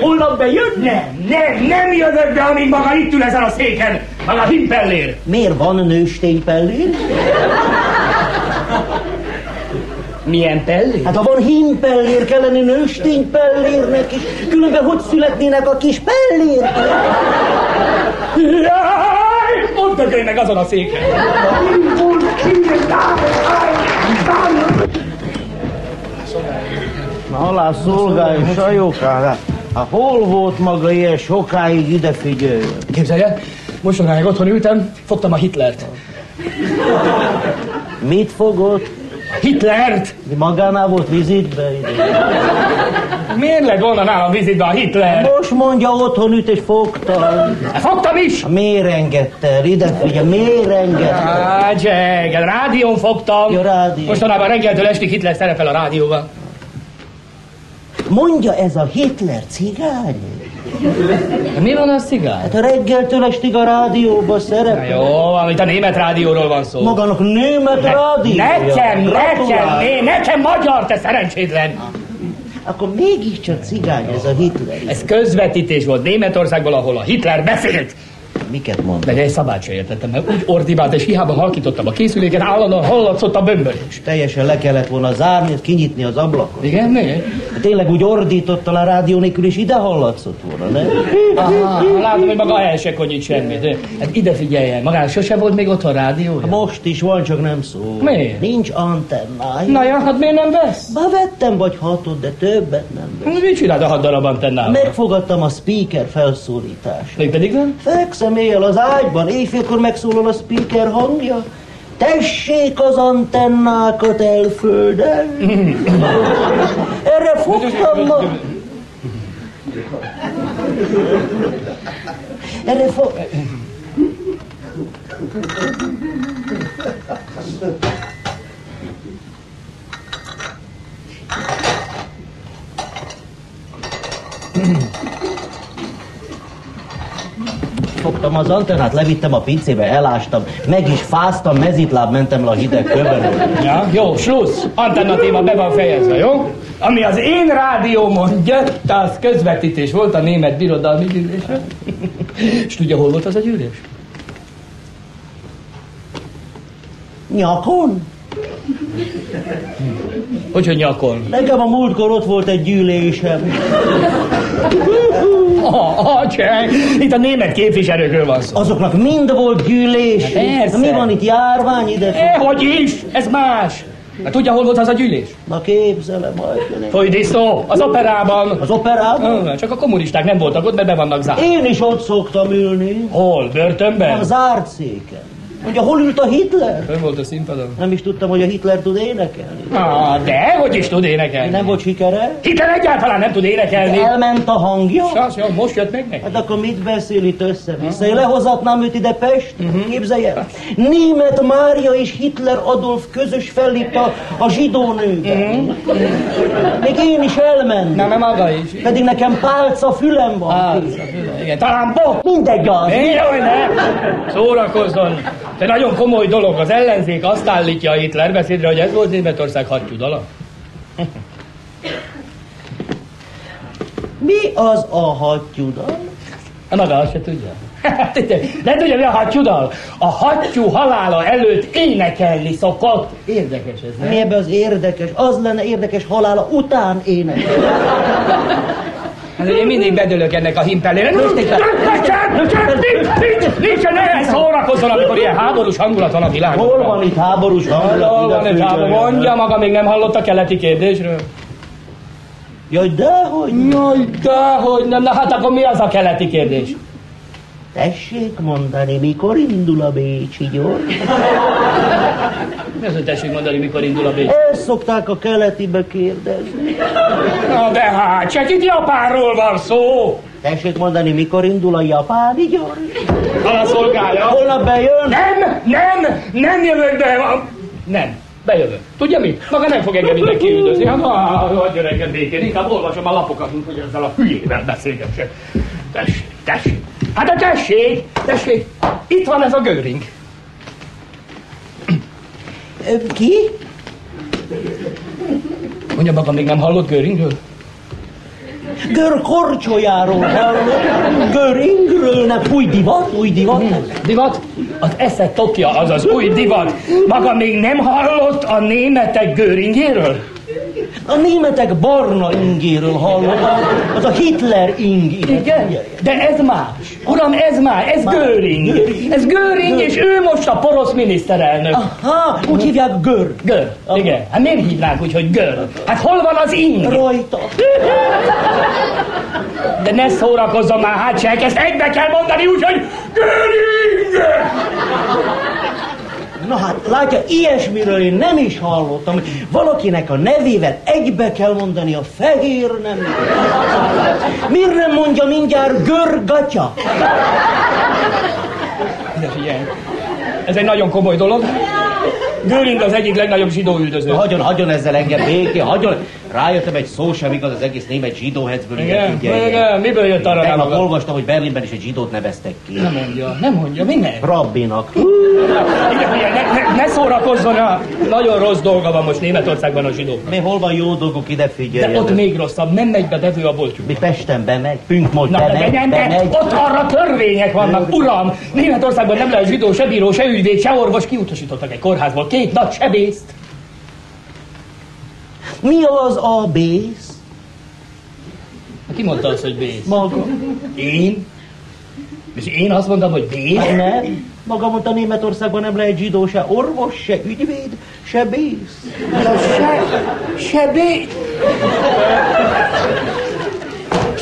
S9: Holnap bejön?
S12: Nem, nem, nem jövök be, amíg maga itt ül ezen a széken, maga himpellér.
S9: Miért van nőstény pellér?
S10: Milyen pellér?
S9: Hát ha van hím pellér, kell lenni nőstény pellérnek is. Különben hogy születnének a kis pellérek?
S12: Jaj!
S10: Ott dögölj meg azon a széken!
S9: Na halál szolgáljon, sajókál. Hát hol volt maga ilyen sokáig ide figyelő?
S10: Képzelje, mostanáig otthon ültem, fogtam a Hitlert.
S9: Mit fogott?
S10: Hitlert!
S9: Magánál volt vizitbe ide.
S10: Miért lett volna nálam vizitbe a Hitler?
S9: Most mondja, otthon üt és fogta. Hát,
S10: Fogtam is!
S9: Miért engedte el? Ide figyelj, miért engedte?
S10: Á, Jagger, rádión fogtam.
S9: Jó, rádió.
S10: Mostanában reggeltől estig Hitler szerepel a rádióban.
S9: Mondja ez a Hitler cigány?
S10: De mi van a cigány?
S9: Hát a reggeltől estig a rádióba szerepel.
S10: Jó, amit a német rádióról van szó.
S9: Magának német rádió.
S10: Nekem, nekem, né, nekem magyar, te szerencsétlen!
S9: Akkor mégiscsak cigány ez a Hitler.
S10: Ez közvetítés volt Németországból, ahol a Hitler beszélt.
S9: Miket mond?
S10: De egy szabát se értettem, mert úgy ordibált és hiába halkítottam a készüléket, állandóan hallatszott a bömbölés.
S9: Teljesen le kellett volna zárni, és kinyitni az ablakot.
S10: Igen, mi?
S9: Tényleg úgy ordított talán rádió nélkül, és ide hallatszott volna, nem?
S10: Aha, látom, hogy maga el se konyít semmit. Hát ide figyeljen, magának sose volt még otthon rádiója?
S9: Most is van, csak nem szó.
S10: Miért?
S9: Nincs antennája.
S10: Na ja, hát miért nem vesz?
S9: Ba vettem vagy hatot, de többet nem.
S10: Hát Mit csináld a hat darab antennával?
S9: Megfogadtam a speaker felszólítását.
S10: Még pedig nem?
S9: Fekszem éjjel az ágyban, éjfélkor megszólal a speaker hangja. Tessék az antennákat elföldelni. Erre fogtam ma... Erre fog... Fogtam az antennát, levittem a pincébe, elástam, meg is fáztam, mezitláb mentem le a hideg köbben.
S10: Ja, jó, slussz. Antenna téma be van fejezve, jó? Ami az én rádiómon jött, az közvetítés volt a német birodalmi gyűlésre. És tudja, hol volt az a gyűlés?
S9: Nyakon?
S10: Hogy, hogy nyakon?
S9: Nekem a múltkor ott volt egy gyűlésem.
S10: Ah, ah, cseng. Itt a német képviselőkről van szó.
S9: Azoknak mind volt gyűlés.
S10: Persze.
S9: Mi van itt járvány ide?
S10: E, hogy is? Ez más. Hát tudja, hol volt az a gyűlés?
S9: Na képzelem, majd.
S10: Folydisznó, az operában.
S9: Az operában?
S10: Ah, Csak a kommunisták nem voltak ott, mert be vannak zárva.
S9: Én is ott szoktam ülni.
S10: Hol?
S9: Nem,
S10: Börtönben?
S9: zárt széken. Mondja, hol ült a Hitler?
S10: Ön volt a színpadon.
S9: Nem is tudtam, hogy a Hitler tud énekelni.
S10: Ah, de, hogy is tud énekelni.
S9: Nem volt sikere?
S10: Hitler egyáltalán nem tud énekelni.
S9: Elment a hangja?
S10: Sas, jó, most jött meg neki.
S9: Hát akkor mit beszél itt össze-vissza? Én lehozatnám őt ide Pest? Képzelj el! Német Mária és Hitler Adolf közös fellépte a, a zsidó nőben. Még én is elmentem.
S10: Nem, nem maga is.
S9: Pedig nekem pálca fülem van.
S10: Pálca, igen, talán bot.
S9: Mindegy az.
S10: Miért, hogy ne? Szórakozzon. De nagyon komoly dolog. Az ellenzék azt állítja a Hitler beszédre, hogy ez volt Németország hattyúdala.
S9: Mi az a hattyúdal?
S10: A maga azt se tudja. Hát, ugye, De tudja, mi a hattyúdal? A hattyú halála előtt énekelni szokott. Érdekes ez, nem?
S9: Mi ebbe az érdekes? Az lenne érdekes halála után énekel.
S10: Hát, én mindig bedölök ennek a himpellére. Nincsen ehhez szórakozzon, amikor ilyen háborús hangulat van a világban.
S9: Hol van itt háborús hangulat?
S10: Hol van
S9: Ide
S10: egy háború?
S9: figyeljen.
S10: Mondja maga, még nem hallott a keleti kérdésről?
S9: Jaj, dehogy.
S10: Jaj, dehogy nem. Na hát akkor mi az a keleti kérdés?
S9: Tessék mondani, mikor indul a Bécsi gyors?
S10: Mi azon tessék mondani, mikor indul a Bécs?
S9: Ezt szokták a keletibe kérdezni.
S12: Na de hát, csak itt Japánról van szó.
S9: Tessék mondani, mikor indul a japáni gyors?
S12: A szolgálja.
S9: Holnap bejön?
S12: Nem, nem, nem jövök, de... a-
S10: Nem, bejövök. Tudja mit? Maga nem fog engem mindenki üldözni. Hát, ah, hagyjon engem békén. Inkább olvasom a lapokat, mint hogy ezzel a hülyével beszélgessek. Tessék, tessék. Hát de tessék, tessék. Itt van ez a göring.
S9: Ki?
S10: Mondja maga, még nem hallott Göringről?
S9: Gör korcsolyáról hallott, gör ingről, ne fúj divat, új divat.
S10: Divat? Az esze tokja az az új divat. Maga még nem hallott a németek göringéről?
S9: A németek barna ingéről hallott, az a Hitler ing.
S10: Igen, de ez más. Uram, ez már, ez Göring. Ez Göring, Ah. és ő most a porosz miniszterelnök.
S9: Aha, úgy hívják Gör.
S10: Gör, igen. Hát miért hívnánk úgy, hogy Gör? Hát hol van az ing?
S9: Rajta.
S10: De ne szórakozzon már, hát se, ezt egybe kell mondani úgy, hogy Göring!
S9: Na hát, látja, ilyesmiről én nem is hallottam. Valakinek a nevével egybe kell mondani a fehér nem. Miért nem mondja mindjárt görgatya?
S10: De figyelj, ez egy nagyon komoly dolog. Göring az egyik legnagyobb zsidó üldöző.
S11: Hagyjon, hagyjon ezzel engem békén, hagyjon. Rájöttem, egy szó sem igaz az egész német zsidó hecből.
S10: Igen, igen, miből jött arra rá
S11: Tegnap
S10: maga?
S11: olvastam, hogy Berlinben is egy zsidót neveztek ki.
S10: Nem mondja, nem mondja, minek?
S11: Rabbinak.
S10: Ide figyelj, ne, ne, ne szórakozzon rá! Nagyon rossz dolga van most Németországban a zsidóknak.
S11: Mi hol van jó dolgok, ide
S10: De
S11: figyeljenek.
S10: ott még rosszabb, nem megy be bevő a boltjuk.
S11: Mi Pesten bemegy, Pünkmold
S10: Na, de, de,
S11: bemegy,
S10: de, de,
S11: bemegy.
S10: ott arra törvények vannak, uram! Németországban nem lehet zsidó, se bíró, se ügyvéd, se orvos, kiutasítottak egy kórházból két nagy sebészt.
S9: Mi az a bész?
S10: Ki mondta azt, hogy bész?
S9: Maga.
S10: Én? És én azt mondtam, hogy bész?
S9: Hát nem. Maga mondta Németországban nem lehet zsidó, se orvos, se ügyvéd, se bész.
S12: Ja, se, sebé...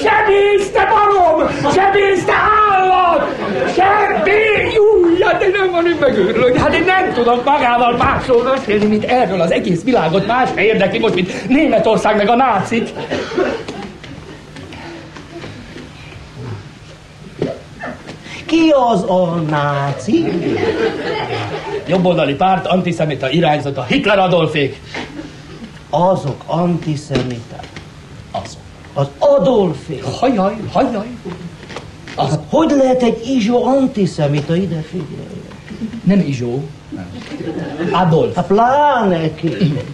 S12: Sebész, te barom! Sebész, te állat! Sebész!
S10: Ja, de nem van, hát én megőrülök. Hát én nem tudok magával másról beszélni, mint erről az egész világot. Más se érdekli most, mint Németország meg a nácik.
S9: Ki az a náci?
S10: Jobboldali párt, antiszemita irányzata, Hitler Adolfék.
S9: Azok antiszemiták.
S10: Azok.
S9: Az Adolfék.
S10: Hajaj, hajaj.
S9: Az Hát hogy lehet egy izsó antiszemita ide figyelj?
S10: Nem Izsó. Adolf.
S9: Hát pláne ki,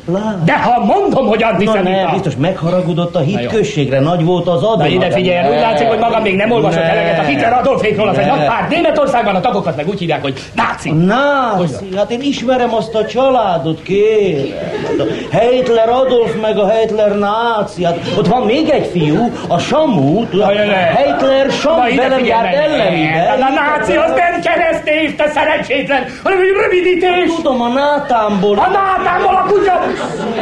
S9: pláne.
S10: De ha mondom, hogy
S9: Na ne,
S10: antiszemita.
S9: biztos megharagudott a
S10: jó.
S9: hitközségre, nagy volt az adó.
S10: Na ide figyelj, úgy látszik, hogy magam még nem olvasott
S9: Ne.
S10: eleget a Hitler Adolfékról, az egy
S9: Ne.
S10: nagy párt. Németországban a tagokat meg úgy hívják, hogy náci.
S9: Náci, hát én ismerem azt a családot, kérem. A Heitler Adolf meg a Heitler náci. Hát ott van még egy fiú, a Samu, tudod?
S10: Jaj, jaj, jaj.
S9: Heitler
S10: Na
S9: Samu
S10: ide
S9: velem
S10: figyelj
S9: járt
S10: meg.
S9: ellenére.
S10: Na, A náci az nem keresztény, te szerencsétlen, hanem egy rövidítés.
S9: Tudom, a nátámból.
S10: A nátámmal a kutya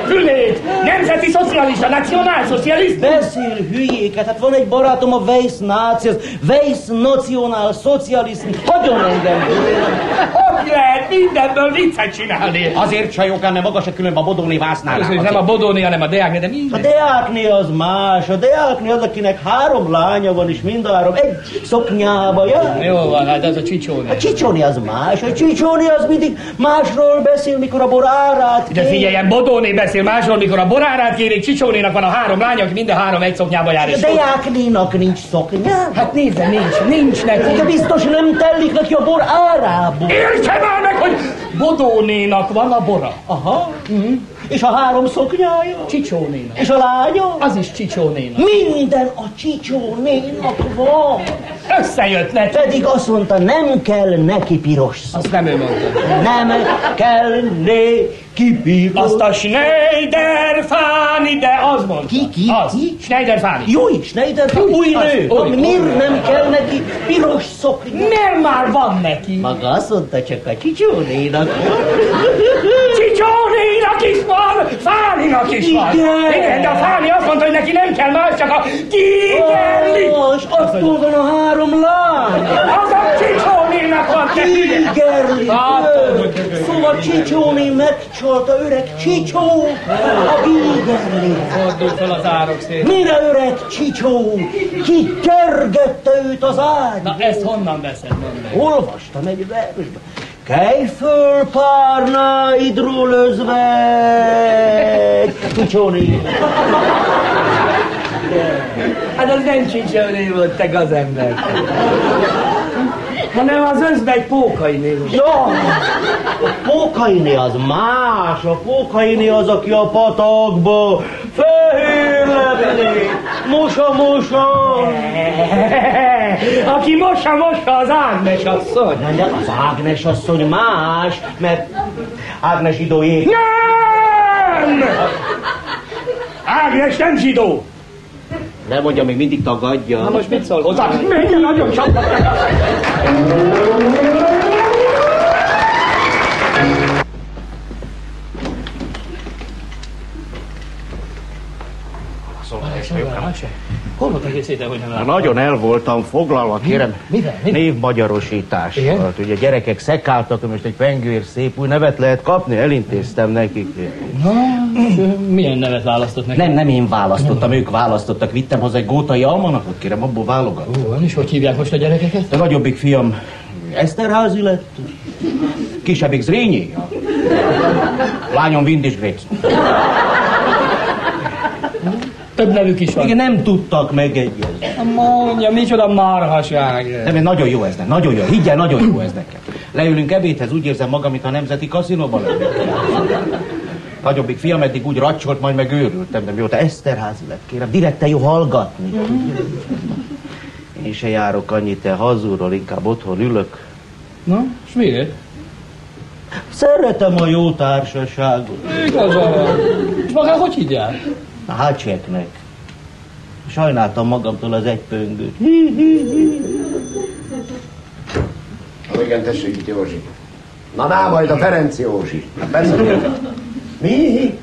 S10: fülét! Nemzeti szocialista, nacionál szocialista!
S9: Beszél hülyéket, hát van egy barátom a Weiss náci, az Weiss nacionál szocialism. Hagyjon engem!
S10: Hogy lehet mindenből viccet csinálni? Hát,
S11: Azért csajokán, nem magas a különben a Bodóné vásznál.
S10: Nem a Bodóni, hanem a Deák, de
S9: A
S10: minden.
S9: deákné az más, a deákné az, akinek három lánya van, és mind a három egy szoknyába jár.
S10: Jó van, hát ez a csicsóni.
S9: A csicsóni az más, a csicsóni az mindig másról beszél, mikor a bor árát
S10: De
S9: kér.
S10: figyeljen, Bodóné beszél másról, mikor a borárát kérik, Csicsónénak van a három lánya, aki minden három egy szoknyába jár
S9: A
S10: és
S9: deáknénak nincs szoknyája.
S10: Hát nézze, nincs, nincs
S9: De
S10: neki.
S9: biztos nem tellik neki a bor árából.
S10: Értse már meg, hogy Bodónénak van a bora.
S9: Aha, mhm. és a három szoknyája,
S10: Csicsónénak.
S9: és a lánya.
S10: Az is Csicsónénak.
S9: Minden a csicsónénak van.
S10: Összejött neki.
S9: Pedig azt mondta, nem kell neki piros szó.
S10: Azt nem ő mondta.
S9: Nem kell néki piros.
S10: Azt a Schneider Fáni, de az mondta.
S9: Ki, ki,
S10: az.
S9: ki?
S10: Schneider Fáni.
S9: Jó is, ne ide, új
S10: az,
S9: nő,
S10: új,
S9: ami
S10: új.
S9: miért nem kell neki piros szoknya?
S10: Mert már van neki.
S9: Maga azt mondta, csak a csicsónénak
S10: Csicsónénak is van, Fáninak is van.
S9: Igen.
S10: de a Fáni azt mondta, hogy neki nem kell más, csak a kigerli.
S9: Oh. van. És attól van a három lány.
S10: Az a Csicsónénak van,
S9: Kingerli! Szóval Csicsóné megcsalta öreg Csicsó a Kingerli.
S10: Fordul fel az árok szét.
S9: Mire öreg Csicsó? Ki kergette őt az ágy?
S10: Na ezt honnan veszed, mondd meg?
S9: Olvastam egy versbe. Kelj föl párnáidról özvegy, Csicsóné!
S12: Hát az nem csicsolni volt te az ember. Hanem az özvegy pókainé volt.
S9: Ja, a pókaini az más, a pókaini az, aki a patakba fehér leplé, mosa, mosa.
S12: Aki mossa, mossa az Ágnes asszony.
S9: Na, De az Ágnes asszony más, mert Ágnes idó ég.
S12: Nem! Ágnes nem zsidó!
S9: Nem mondja, még mindig tagadja.
S12: Na most mit szól hozzá? Menjen nagyon csapnak!
S10: Hol volt egész héten, hogy nem
S11: Na,
S10: látom?
S11: nagyon el voltam foglalva, kérem.
S10: Mivel? Mivel?
S11: Névmagyarosítás
S10: Igen?
S11: volt. Ugye gyerekek szekáltak, hogy most egy pengőér szép új nevet lehet kapni, elintéztem nekik.
S10: Milyen nevet választott neki?
S11: Nem, nem én választottam, ők választottak. Vittem hozzá egy gótai almanakot, kérem, abból válogat.
S10: Ó, van is, hogy hívják most a gyerekeket?
S11: A nagyobbik fiam Eszterházi lett, kisebbik Zrényi, a lányom Vindisgrét.
S10: Több nevük is van.
S11: Igen, nem tudtak megegyezni.
S10: Mondja, micsoda marhaság.
S11: Nem, nagyon jó ez, nekem, nagyon jó, higgyel, nagyon jó ez nekem. Leülünk ebédhez, úgy érzem magam, mint a nemzeti kaszinóban lennék. Nagyobbik fiam eddig úgy racsolt, majd meg őrültem, de mióta Eszterházi lett, kérem, direkte jó hallgatni. Én se járok annyit el hazúról, inkább otthon ülök.
S10: Na, és miért?
S11: Szeretem a jó társaságot.
S10: Igaza van. És maga hogy hívják?
S11: A hácseknek. hát Sajnáltam magamtól az egy pöngőt.
S8: Ó, igen, tessék itt, Józsi. Na, ná, majd a Ferenc Józsi. Hát persze. Mi?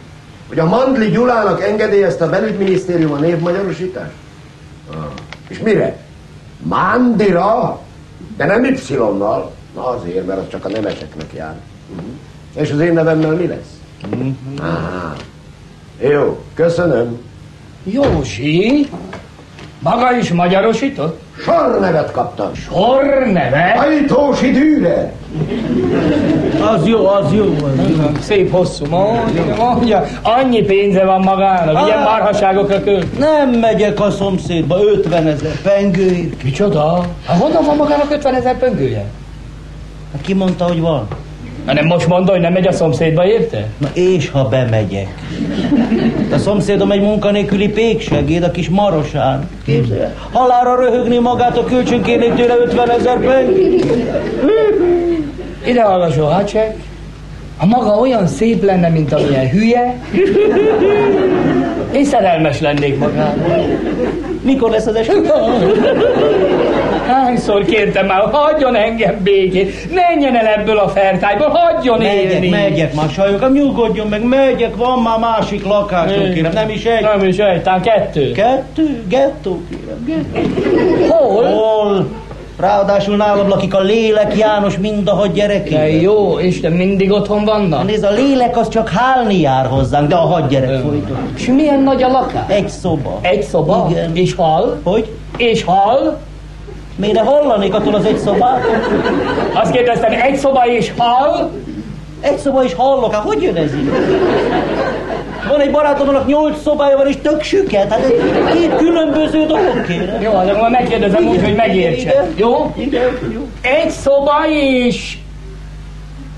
S8: Hogy a Mandli Gyulának engedélyezte a belügyminisztérium a névmagyarosítást? Ah. És mire? Mandira? De nem Y-nal. Na azért, mert az csak a nemeseknek jár. Mhm. És az én nevemmel mi lesz? Aha. Jó, köszönöm.
S10: Józsi? Maga is magyarosított?
S8: Sornevet kaptam.
S10: Sor neve?
S8: Ajtósi dűre!
S11: Az jó, az jó. Az jó.
S10: Szép hosszú, mondja, mondja. Annyi pénze van magának, ilyen
S12: Ah.
S11: Á.
S10: marhaságokra költ.
S11: Nem megyek a szomszédba 50 ezer pengőért.
S10: Micsoda? Hát honnan van magának 50 ezer pöngője?
S11: Hát Ki mondta, hogy van?
S10: Na nem most mondta, hogy nem megy a szomszédba, érte?
S11: Na és ha bemegyek? A szomszédom egy munkanélküli péksegéd a kis Marosán. Képzelj el. Halára röhögni magát a kölcsönkérnék tőle 50 ezer pengőt.
S10: Ide hallgass, Hácsek. Ha maga olyan szép lenne, mint amilyen hülye, én szerelmes lennék magába.
S11: Mikor lesz az eset?
S10: Hányszor kértem már, hagyjon engem békén, menjen el ebből a fertájból, hagyjon
S11: Megyek,
S10: élni.
S11: megyek már, sajogám, nyugodjon meg, megyek, van már másik lakásom, kérem, nem is egy.
S10: Nem is egy, talán kettő.
S11: Kettő, gettó, kérem, gettó.
S10: Hol?
S11: Hol? Ráadásul nálam lakik a lélek János mind a hat
S10: De
S11: gyerekével.
S10: jó, Isten, mindig otthon
S11: Na,
S10: vannak?
S11: Nézd, a lélek az csak hálni jár hozzánk, de a hat gyerek folyton.
S10: És milyen nagy a lakás?
S11: Egy szoba.
S10: Egy szoba?
S11: Igen.
S10: És hal?
S11: Hogy?
S10: És hal?
S11: Miért ne hallanék attól az egy szobától?
S10: Azt kérdeztem, egy szoba és hal?
S11: Egy szoba is hallok, hát hogy jön ez így? Van egy barátomnak nyolc szobája van, és tök süket. Hát ez két különböző dolog, kérem.
S10: Jó, de akkor megkérdezem úgy, hogy megértse.
S11: Igen.
S10: Jó?
S11: Igen, jó.
S10: Egy szoba és...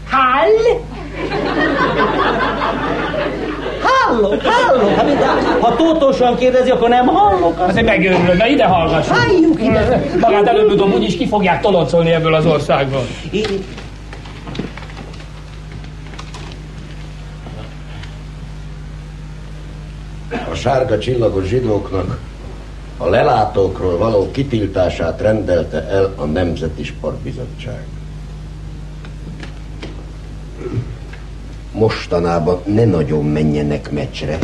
S10: Hál?
S11: Hallok, hallok. Hát, mit- ha tótosan kérdezi, akkor nem hallok. Hát,
S10: Azért megőrülök, na ide hallgass!
S11: Halljuk ide.
S10: Magát előbb-utóbb úgyis ki fogják toloncolni ebből az országból.
S11: Én-
S8: a sárga csillagos zsidóknak a lelátókról való kitiltását rendelte el a Nemzeti Sportbizottság. Mostanában ne nagyon menjenek meccsre.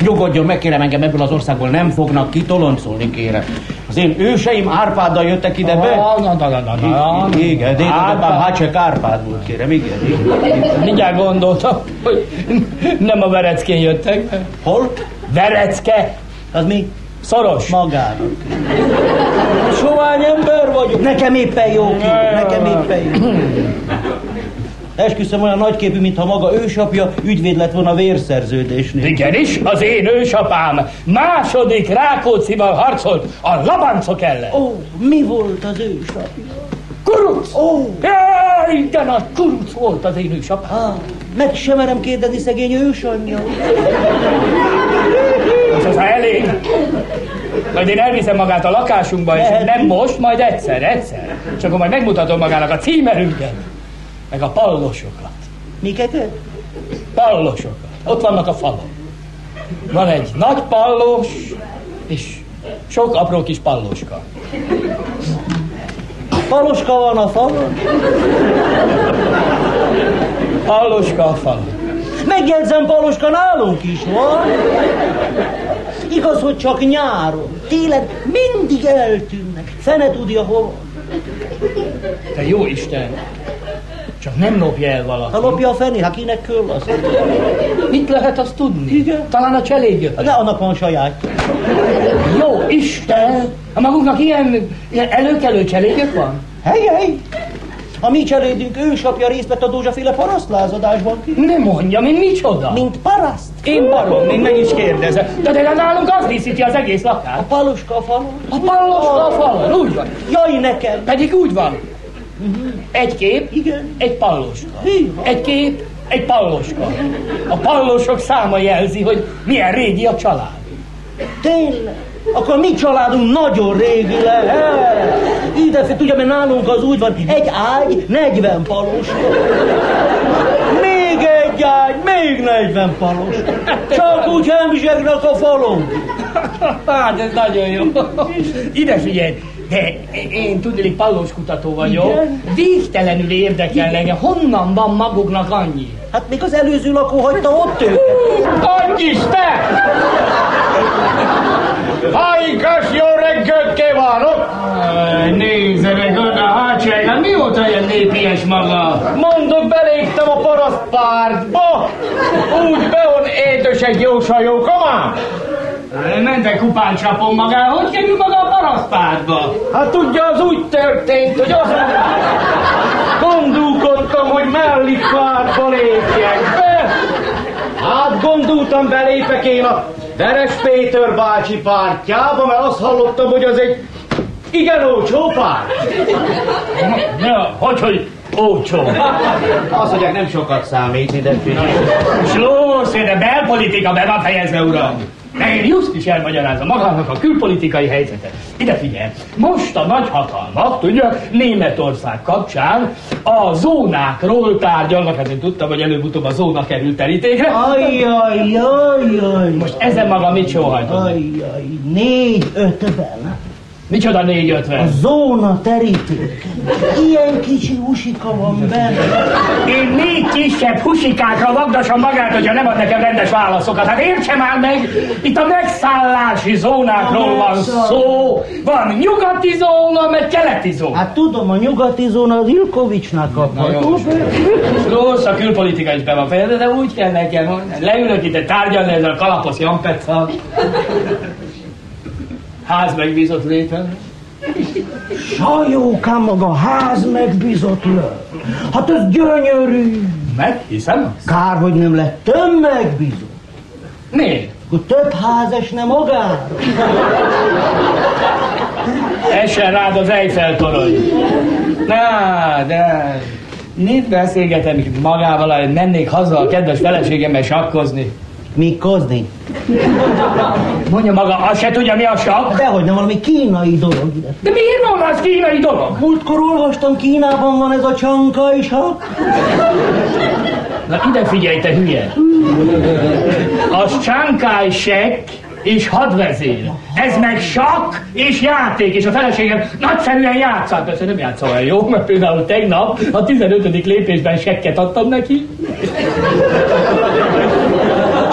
S11: Nyugodjon meg, kérem engem ebből az országból nem fognak kitoloncolni, kérem.
S9: Az én őseim Árpáddal jöttek ide be.
S10: Na, Ah, na, na, na, na, na.
S9: I- Igen, dédapám
S10: Árpád.
S9: Hácsek Árpád volt, kérem, igen. igen.
S10: Mindjárt gondoltam, hogy nem a Vereckén jöttek.
S9: Hol?
S10: Verecke!
S9: Az mi?
S10: Szoros.
S9: Magának.
S10: Sovány ember vagyok.
S9: Nekem éppen jó ki, nekem éppen jó. Esküszöm olyan nagyképű, mintha maga ősapja ügyvéd lett volna vérszerződésnél.
S10: Igenis, az én ősapám második Rákócival harcolt a labancok ellen.
S11: Oh.
S9: Ó, mi volt az ősapja?
S10: Kuruc!
S9: Ó,
S10: Jaj, igen, a kuruc volt az én ősapám.
S9: á, meg sem merem kérdezni szegény ősanyja.
S10: Most az ha elég. Majd én elviszem magát a lakásunkba, és
S9: Lehet.
S10: nem most, majd egyszer, egyszer. És akkor majd megmutatom magának a címerünket, meg a pallosokat.
S9: Mikeket?
S10: Pallosokat. Ott vannak a falon. Van egy nagy pallós, és sok apró kis pallóska.
S9: Paloska van a falon?
S10: Palloska a falon.
S9: Megjegyzem, Paloska nálunk is van. Igaz, hogy csak nyáron, télen mindig eltűnnek. Fene tudja hol.
S10: Te jó Isten! Csak nem lopja el valaki.
S9: Ha lopja a fené, ha kinek köl az.
S10: Mit lehet azt tudni? Igen. Talán a cseléd jött.
S9: De annak van saját.
S10: Jó Isten! A magunknak ilyen, ilyen előkelő cselédjük van?
S9: Hely, hely! A mi cselédünk ősapja részt vett a Dózsaféle parasztlázadásban.
S10: Nem mondja, mint micsoda?
S9: Mint paraszt.
S10: Én barom, én meg is kérdezem. De de nálunk az díszíti az egész
S9: A
S10: lakást.
S9: paluska a falon.
S10: A palloska a falon, úgy van.
S9: Jaj, nekem!
S10: Pedig úgy van. Egy kép,
S9: Igen.
S10: egy palloska.
S9: Hűha.
S10: Egy kép, egy palloska. A pallosok száma jelzi, hogy milyen régi a család.
S9: Tényleg? Akkor mi családunk nagyon régi lehet. Ide, fi- tudja, mert nálunk az úgy van, egy ágy, 40 paloska. Még egy ágy, még 40 paloska. Csak úgy hemzsegnek a falon.
S10: Hát ez nagyon jó. Ide figyelj, de én tudnék pallós kutató vagyok.
S9: Igen.
S10: Végtelenül érdekel engem, honnan van maguknak annyi?
S9: Hát még az előző lakó hagyta ott őket.
S10: Adj is te!
S11: Hajkas, jó reggelt kívánok!
S10: Nézzenek oda, hátsága, mióta ilyen népies maga?
S11: Mondom, beléptem a paraszt pártba! Úgy beon édösek jósajók, amám!
S10: Mentek kupán csapom magá, hogy kerül maga a parasztpártba?
S11: Hát tudja, az úgy történt, hogy azt gondolkodtam, hogy mellikvárba lépjek be. Hát gondoltam, belépek én a Veres Péter bácsi pártjába, mert azt hallottam, hogy az egy igen olcsó párt.
S10: Ja, hogy, hogy olcsó.
S9: Azt mondják, nem sokat számít ide.
S10: Slósz, de belpolitika be van fejezve, uram! De én just is elmagyarázom magának a külpolitikai helyzetet. Ide figyelj! Most a nagyhatalmak, tudja, Németország kapcsán a zónákról tárgyalnak, hát én tudtam, hogy előbb-utóbb a zóna került terítékre.
S9: Ah. Ajjaj, ajjaj.
S10: Most ezen maga mit
S9: Ah.
S10: sóhajtott?
S9: Ajjaj, négy ötben.
S10: Micsoda
S9: A
S10: 450?
S9: zóna teríték. Ilyen kicsi usika van benne.
S10: Én négy kisebb husikákra vagdasom magát, hogyha nem ad nekem rendes válaszokat. Hát értse már meg, itt a megszállási zónákról van szó. Van nyugati zóna, meg keleti zóna.
S9: Hát tudom, a nyugati zóna az Ilkovicsnak kapható.
S10: Rossz, a külpolitika is be van fejezve, de úgy kell nekem mondani. Leülök itt tárgyalni ezzel a kalapos jampetszal. Ház megbízott lépen.
S9: Sajókám maga ház megbízott le. Hát ez gyönyörű.
S10: Meg? Hiszem azt?
S9: Kár, hogy nem lett több megbízott.
S10: Miért?
S9: Akkor több ház esne magára.
S10: Essen rád az Eiffel torony. Na, de... Mit beszélgetem itt magával, hogy mennék haza a kedves feleségemmel sakkozni?
S9: Mi kozni?
S10: Mondja maga, azt se tudja, mi a sakk?
S9: Hát Dehogy nem valami kínai dolog ide.
S10: De miért van az kínai dolog?
S9: Múltkor olvastam, Kínában van ez a csanka is, ha?
S10: Na ide figyelj, te hülye! Az Csánkáj sekk és hadvezér. Ez meg sakk és játék, és a feleségem nagyszerűen játszhat. Persze nem játszol olyan jó, mert például tegnap a 15. lépésben sekket adtam neki.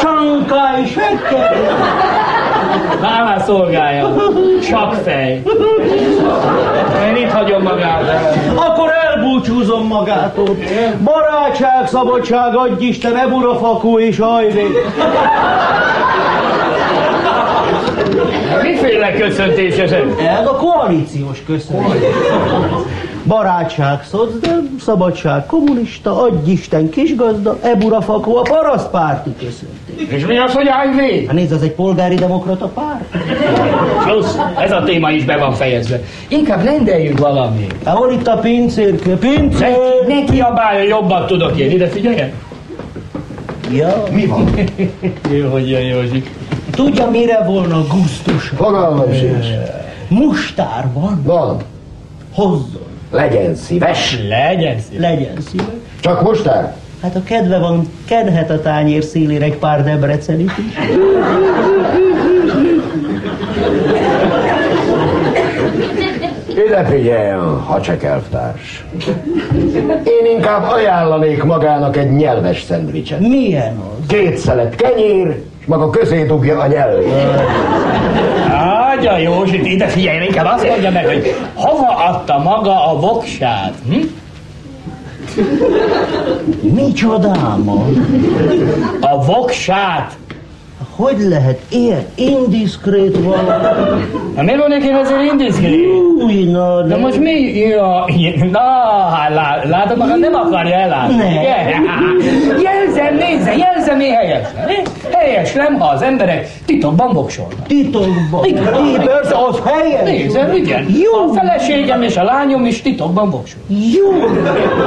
S9: Csanka is, hekke?
S10: Vállá szolgálja.
S9: Sakfej. Én itt hagyom magát. Akkor elbúcsúzom magától. Barátság, szabadság, adj Isten, e burafakú is, hajré.
S10: Miféle köszöntés ez?
S9: Ez a koalíciós köszöntés. Barátság szocdem, szabadság kommunista, adj Isten kisgazda, e burafakó a parasztpárti köszöntés.
S10: És mi az, hogy
S9: IV? Hát nézd, az egy polgári demokrata párt.
S10: Plusz, ez a téma is be van fejezve. Inkább rendeljünk valamit.
S9: Hát hol itt a pincérke? Pincér!
S10: Ne, ne kiabáljon, jobban tudok én. Ide figyeljen.
S9: Ja.
S10: Mi van? jó, hogy jön, Józsi.
S9: Tudja, mire volna gusztus?
S8: Fogalmam sincs.
S9: Mustár van?
S8: Van.
S9: Hozzon.
S8: Legyen szíves.
S10: Legyen szíves.
S9: Legyen szíves.
S8: Csak mostár?
S9: Hát a kedve van, kedhet a tányér szélére egy pár debrecelit is.
S8: Ide figyeljen, hacsek elvtárs. Én inkább ajánlanék magának egy nyelves szendvicset.
S9: Milyen az?
S8: Két szelet kenyér, és maga közé dugja a nyelvét.
S10: Ágya Józsit, ide figyelj, inkább azt mondja meg, hogy hova adta maga a voksát? Hm?
S9: Micsodáma?
S10: A voksát?
S9: Hogy lehet ilyen indiszkrét valami?
S10: Na miért volnék én azért indiszkrét?
S9: Júj, na
S10: De most mi? Ja, na, hát lá- látom, maga nem akarja ellátni.
S9: Nem.
S10: ugye? Jelzem, nézze, jelzem én helyesen. Helyeslem, ha az emberek titokban voksolnak.
S9: Titokban? Igen, persze, az helyes.
S10: Nézem, igen.
S9: Jó.
S10: A feleségem és a lányom is titokban voksol.
S9: Jó!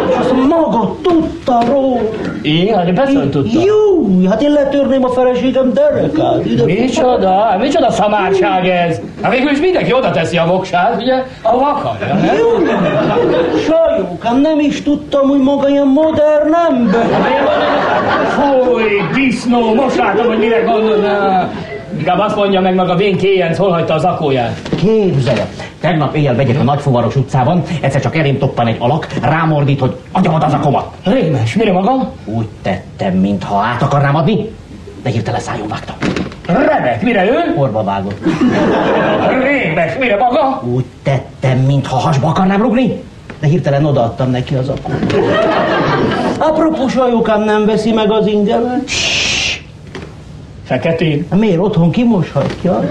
S9: És azt maga tudta róla!
S10: Én? Hát én persze, tudta.
S9: Jó! Hát én letörném a feleségem derekát! Ide-
S10: Micsoda, micsoda szamárság ez? Hát végül is mindenki oda teszi a voksát, ugye, ahova akarja, nem?
S9: Jó! Sajókám, nem is tudtam, hogy maga ilyen modern ember!
S10: Fúj, disznó, most látom, hogy mire gondolná. Inkább azt mondja meg maga vén kéjenc, hol hagyta az akóját.
S12: Képzeled! Tegnap éjjel megyek a Nagyfuvaros utcában, egyszer csak elém toppan egy alak, rámordít, hogy agyamat az a koma.
S10: Rémes, mire maga?
S12: Úgy tettem, mintha át akarnám adni, de hirtelen szájon vágtam.
S10: Remek, mire ő?
S12: Orba vágott.
S10: Rémes, mire maga?
S12: Úgy tettem, mintha hasba akarnám rugni, de hirtelen odaadtam neki az akót.
S9: Apropó, sajókám nem veszi meg az ingemet?
S10: Feketén.
S9: Hát Miért otthon kimoshatja?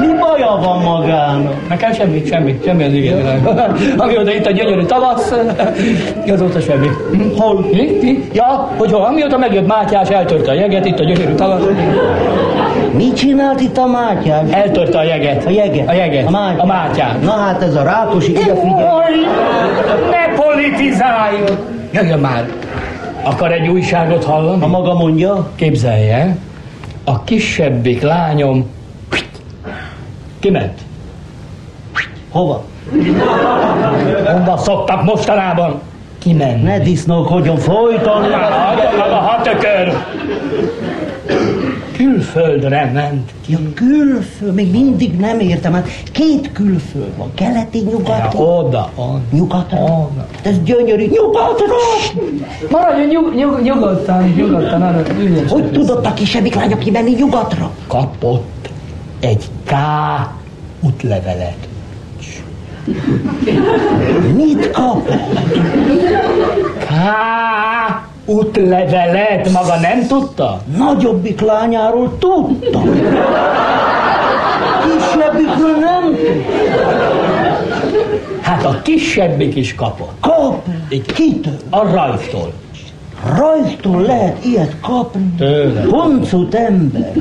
S9: Mi baja van magának?
S10: Nekem semmi, semmi, semmi az igen. Amióta itt a gyönyörű tavasz, azóta semmi. Hol? Mi? Mi? Ja, hogy hol? Amióta megjött Mátyás, eltörte a jeget, itt a gyönyörű tavasz.
S9: Mit csinált itt a Mátyás?
S10: Eltörte a jeget.
S9: A jeget?
S10: A jeget.
S9: A Mátyás.
S10: A Mátyás.
S9: Na hát ez a rákosi, ide figyelj.
S10: Jaj, ne politizáljon! Jöjjön már! Akar egy újságot hallani?
S9: A maga mondja,
S10: Képzelje, a kisebbik lányom kiment.
S9: hova?
S10: Honnan szoktak mostanában? Kiment.
S9: Ne disznókodjon, folyton.
S10: Hagyja maga hatökör! Külföldre ment.
S9: Ja, külföld, még mindig nem értem, hát két külföld van, keleti, nyugati.
S10: Oda, on.
S9: Nyugatra. De ez gyönyörű. Nyugatra!
S10: Maradjon nyug, nyug, nyugodtan, nyugodtan arra ügyes.
S9: Hogy tudott a kisebbik lánya kimenni nyugatra?
S10: kapott egy K útlevelet.
S9: Mit kapott?
S10: K útlevelet, maga nem tudta?
S9: Nagyobbik lányáról tudta. Kisebbikről nem tudta.
S10: Hát a kisebbik is kapott.
S9: Kap. Kitől?
S10: A rajtól.
S9: Rajtól lehet ilyet kapni.
S10: Tőle.
S9: Honcut ember.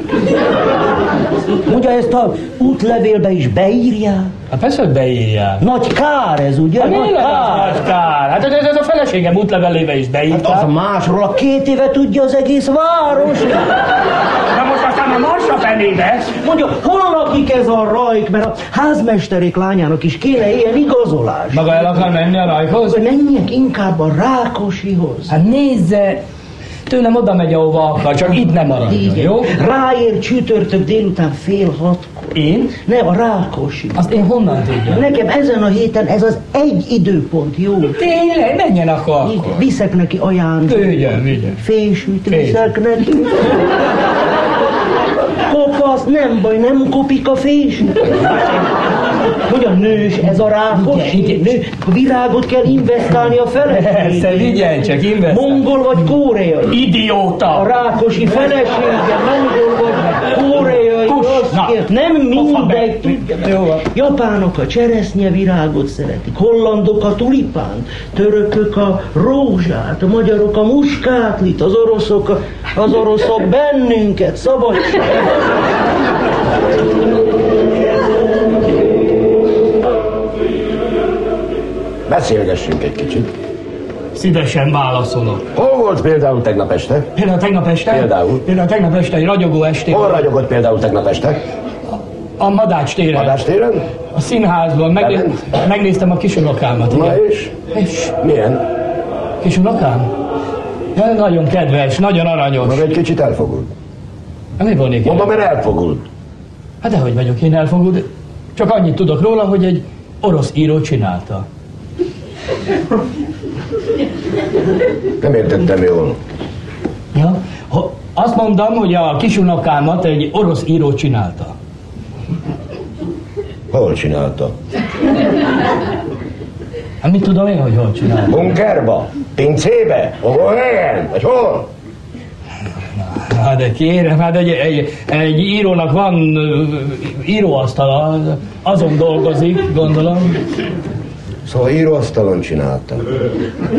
S9: Ugye ezt a útlevélbe is beírják?
S10: Hát persze, hogy beírják.
S9: Nagy kár ez, ugye?
S10: Hát
S9: Nagy
S10: miért
S9: kár.
S10: kár? kár? Hát ez, ez a feleségem útlevelébe is
S9: Hát
S10: beírta.
S9: az másról a két éve tudja az egész város.
S10: Na most aztán a marsa fenébe.
S9: Mondja, hol lakik ez a rajk, mert a házmesterék lányának is kéne ilyen igazolás.
S10: Maga el akar menni a rajhoz?
S9: Hogy menjek inkább a Rákosihoz.
S10: Hát nézze, tőlem oda megy, ahova akar, csak itt nem maradjon, jó?
S9: Ráér csütörtök délután fél hatkor.
S10: Én?
S9: Ne, a Rákosi.
S10: Azt én honnan tudjam?
S9: Nekem ezen a héten ez az egy időpont, jó?
S10: Tényleg? Menjen akkor.
S9: Igen. Viszek neki ajándékot.
S10: Vigyen, vigyen.
S9: Fésűt viszek neki. Kopasz, nem baj, nem kopik a fés. Hogyan nős ez a rákos?
S10: Igen, igen.
S9: Nő, a virágot kell investálni a feleségébe.
S10: Persze, vigyen csak, investál.
S9: Mongol vagy kóreai?
S10: Idióta!
S9: A rákosi felesége, mongol vagy kóreai.
S10: Kus,
S9: azt
S10: na.
S9: kér- Nem mindegy, tudja.
S10: Jó van.
S9: Japánok a cseresznyevirágot szeretik, hollandok a tulipánt, törökök a rózsát, a magyarok a muskátlit, az oroszok, a- az oroszok bennünket, szabadság.
S8: Beszélgessünk egy kicsit.
S10: Szívesen válaszolok.
S8: Hol volt például tegnap este?
S10: Például tegnap este?
S8: Például?
S10: Például tegnap este egy ragyogó estén.
S8: Hol ragyogott például tegnap este?
S10: A Madács téren.
S8: Madács téren?
S10: A színházban. Megné-
S8: Bement?
S10: megnéztem a kisunokámat.
S8: Na
S10: igen.
S8: és?
S10: És
S8: Milyen?
S10: kisunokám? Ja, nagyon kedves, nagyon aranyos.
S8: Maga egy kicsit elfogult.
S10: Hát Mi van igen?
S8: Mondom, mert elfogult.
S10: Hát dehogy vagyok én elfogult. Csak annyit tudok róla, hogy egy orosz író csinálta.
S8: Nem értettem jól.
S10: Ja? Ha- Azt mondtam, hogy a kisunokámat egy orosz író csinálta.
S8: Hol csinálta?
S10: Hát mit tudom én, hogy hol csinálta?
S8: Bunkerba? Pincébe? Ahol helyen? Vagy hol?
S10: Hát de kérem, hát egy, egy, egy írónak van ö, íróasztala, azon dolgozik, gondolom.
S8: Szóval íróasztalon csinálta.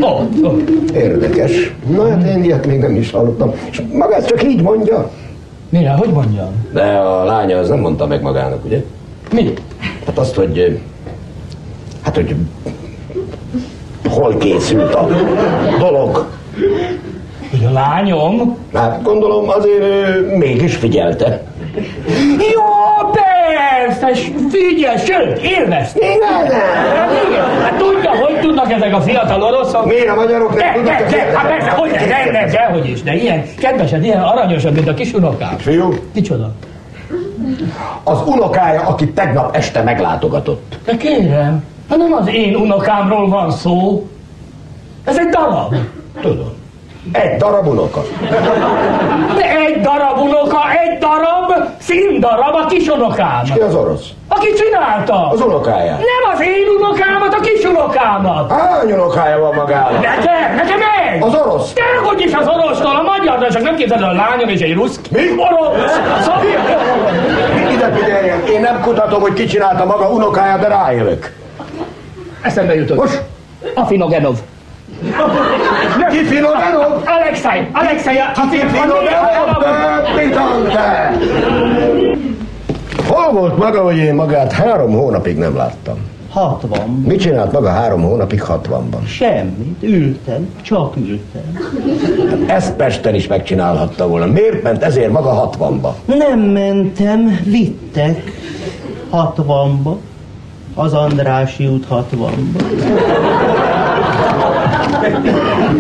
S10: Ott, ott.
S8: Érdekes. Na hát én ilyet még nem is hallottam. És maga ezt csak így mondja.
S10: Mire, hogy mondjam?
S8: De a lánya az nem mondta meg magának, ugye?
S10: Mi?
S8: Hát azt, hogy... ö, Hát, hogy... Hol készült a dolog?
S10: Hogy a lányom?
S8: Hát gondolom azért ő mégis figyelte.
S10: Jó, persze, s- figyelj, sőt, élvezte.
S8: Igazán?
S10: Hát igen, hát tudja, hogy tudnak ezek a fiatal oroszok?
S8: Miért a magyarok
S10: De,
S8: nem tudnak
S10: de,
S8: a
S10: de,
S8: fiatalok?
S10: hát persze, hogy ne, ne, ne, dehogy is, de ilyen kedvesed, ilyen aranyosabb, mint a kis unokám.
S8: Fiú,
S10: Kicsoda?
S8: az unokája, aki tegnap este meglátogatott.
S10: De kérem, hát nem az én unokámról van szó. Ez egy darab.
S8: Tudom. Egy darab unoka.
S10: De egy darab unoka, egy darab színdarab a kisunokám.
S8: Ki az orosz?
S10: Aki csinálta?
S8: Az unokája.
S10: Nem az én unokámat, a kisunokámat.
S8: Hány unokája van magának?
S10: Nekem, nekem egy.
S8: Az orosz.
S10: De hogy is az orosztól, a magyarra, csak nem képzeld el, a lányom és egy rusz.
S8: Mi?
S10: Orosz. Szóval...
S8: Ide figyeljen, én nem kutatom, hogy ki csinálta maga unokáját, de rájövök.
S10: Eszembe jutott.
S8: Most?
S10: Afinogenov.
S8: Ki finomítom?
S10: Alexei, Alexei, a- a-
S8: Ki
S10: a- a- a-
S8: finomítom? Hol volt maga, hogy én magát három hónapig nem láttam?
S9: 60.
S8: Mit csinált maga három hónapig 60-ban?
S9: Semmit, ültem, csak ültem.
S8: Ezt Pesten is megcsinálhatta volna. Miért ment ezért maga 60-ba?
S9: Nem mentem, vittek 60-ba, az Andrási út 60-ba.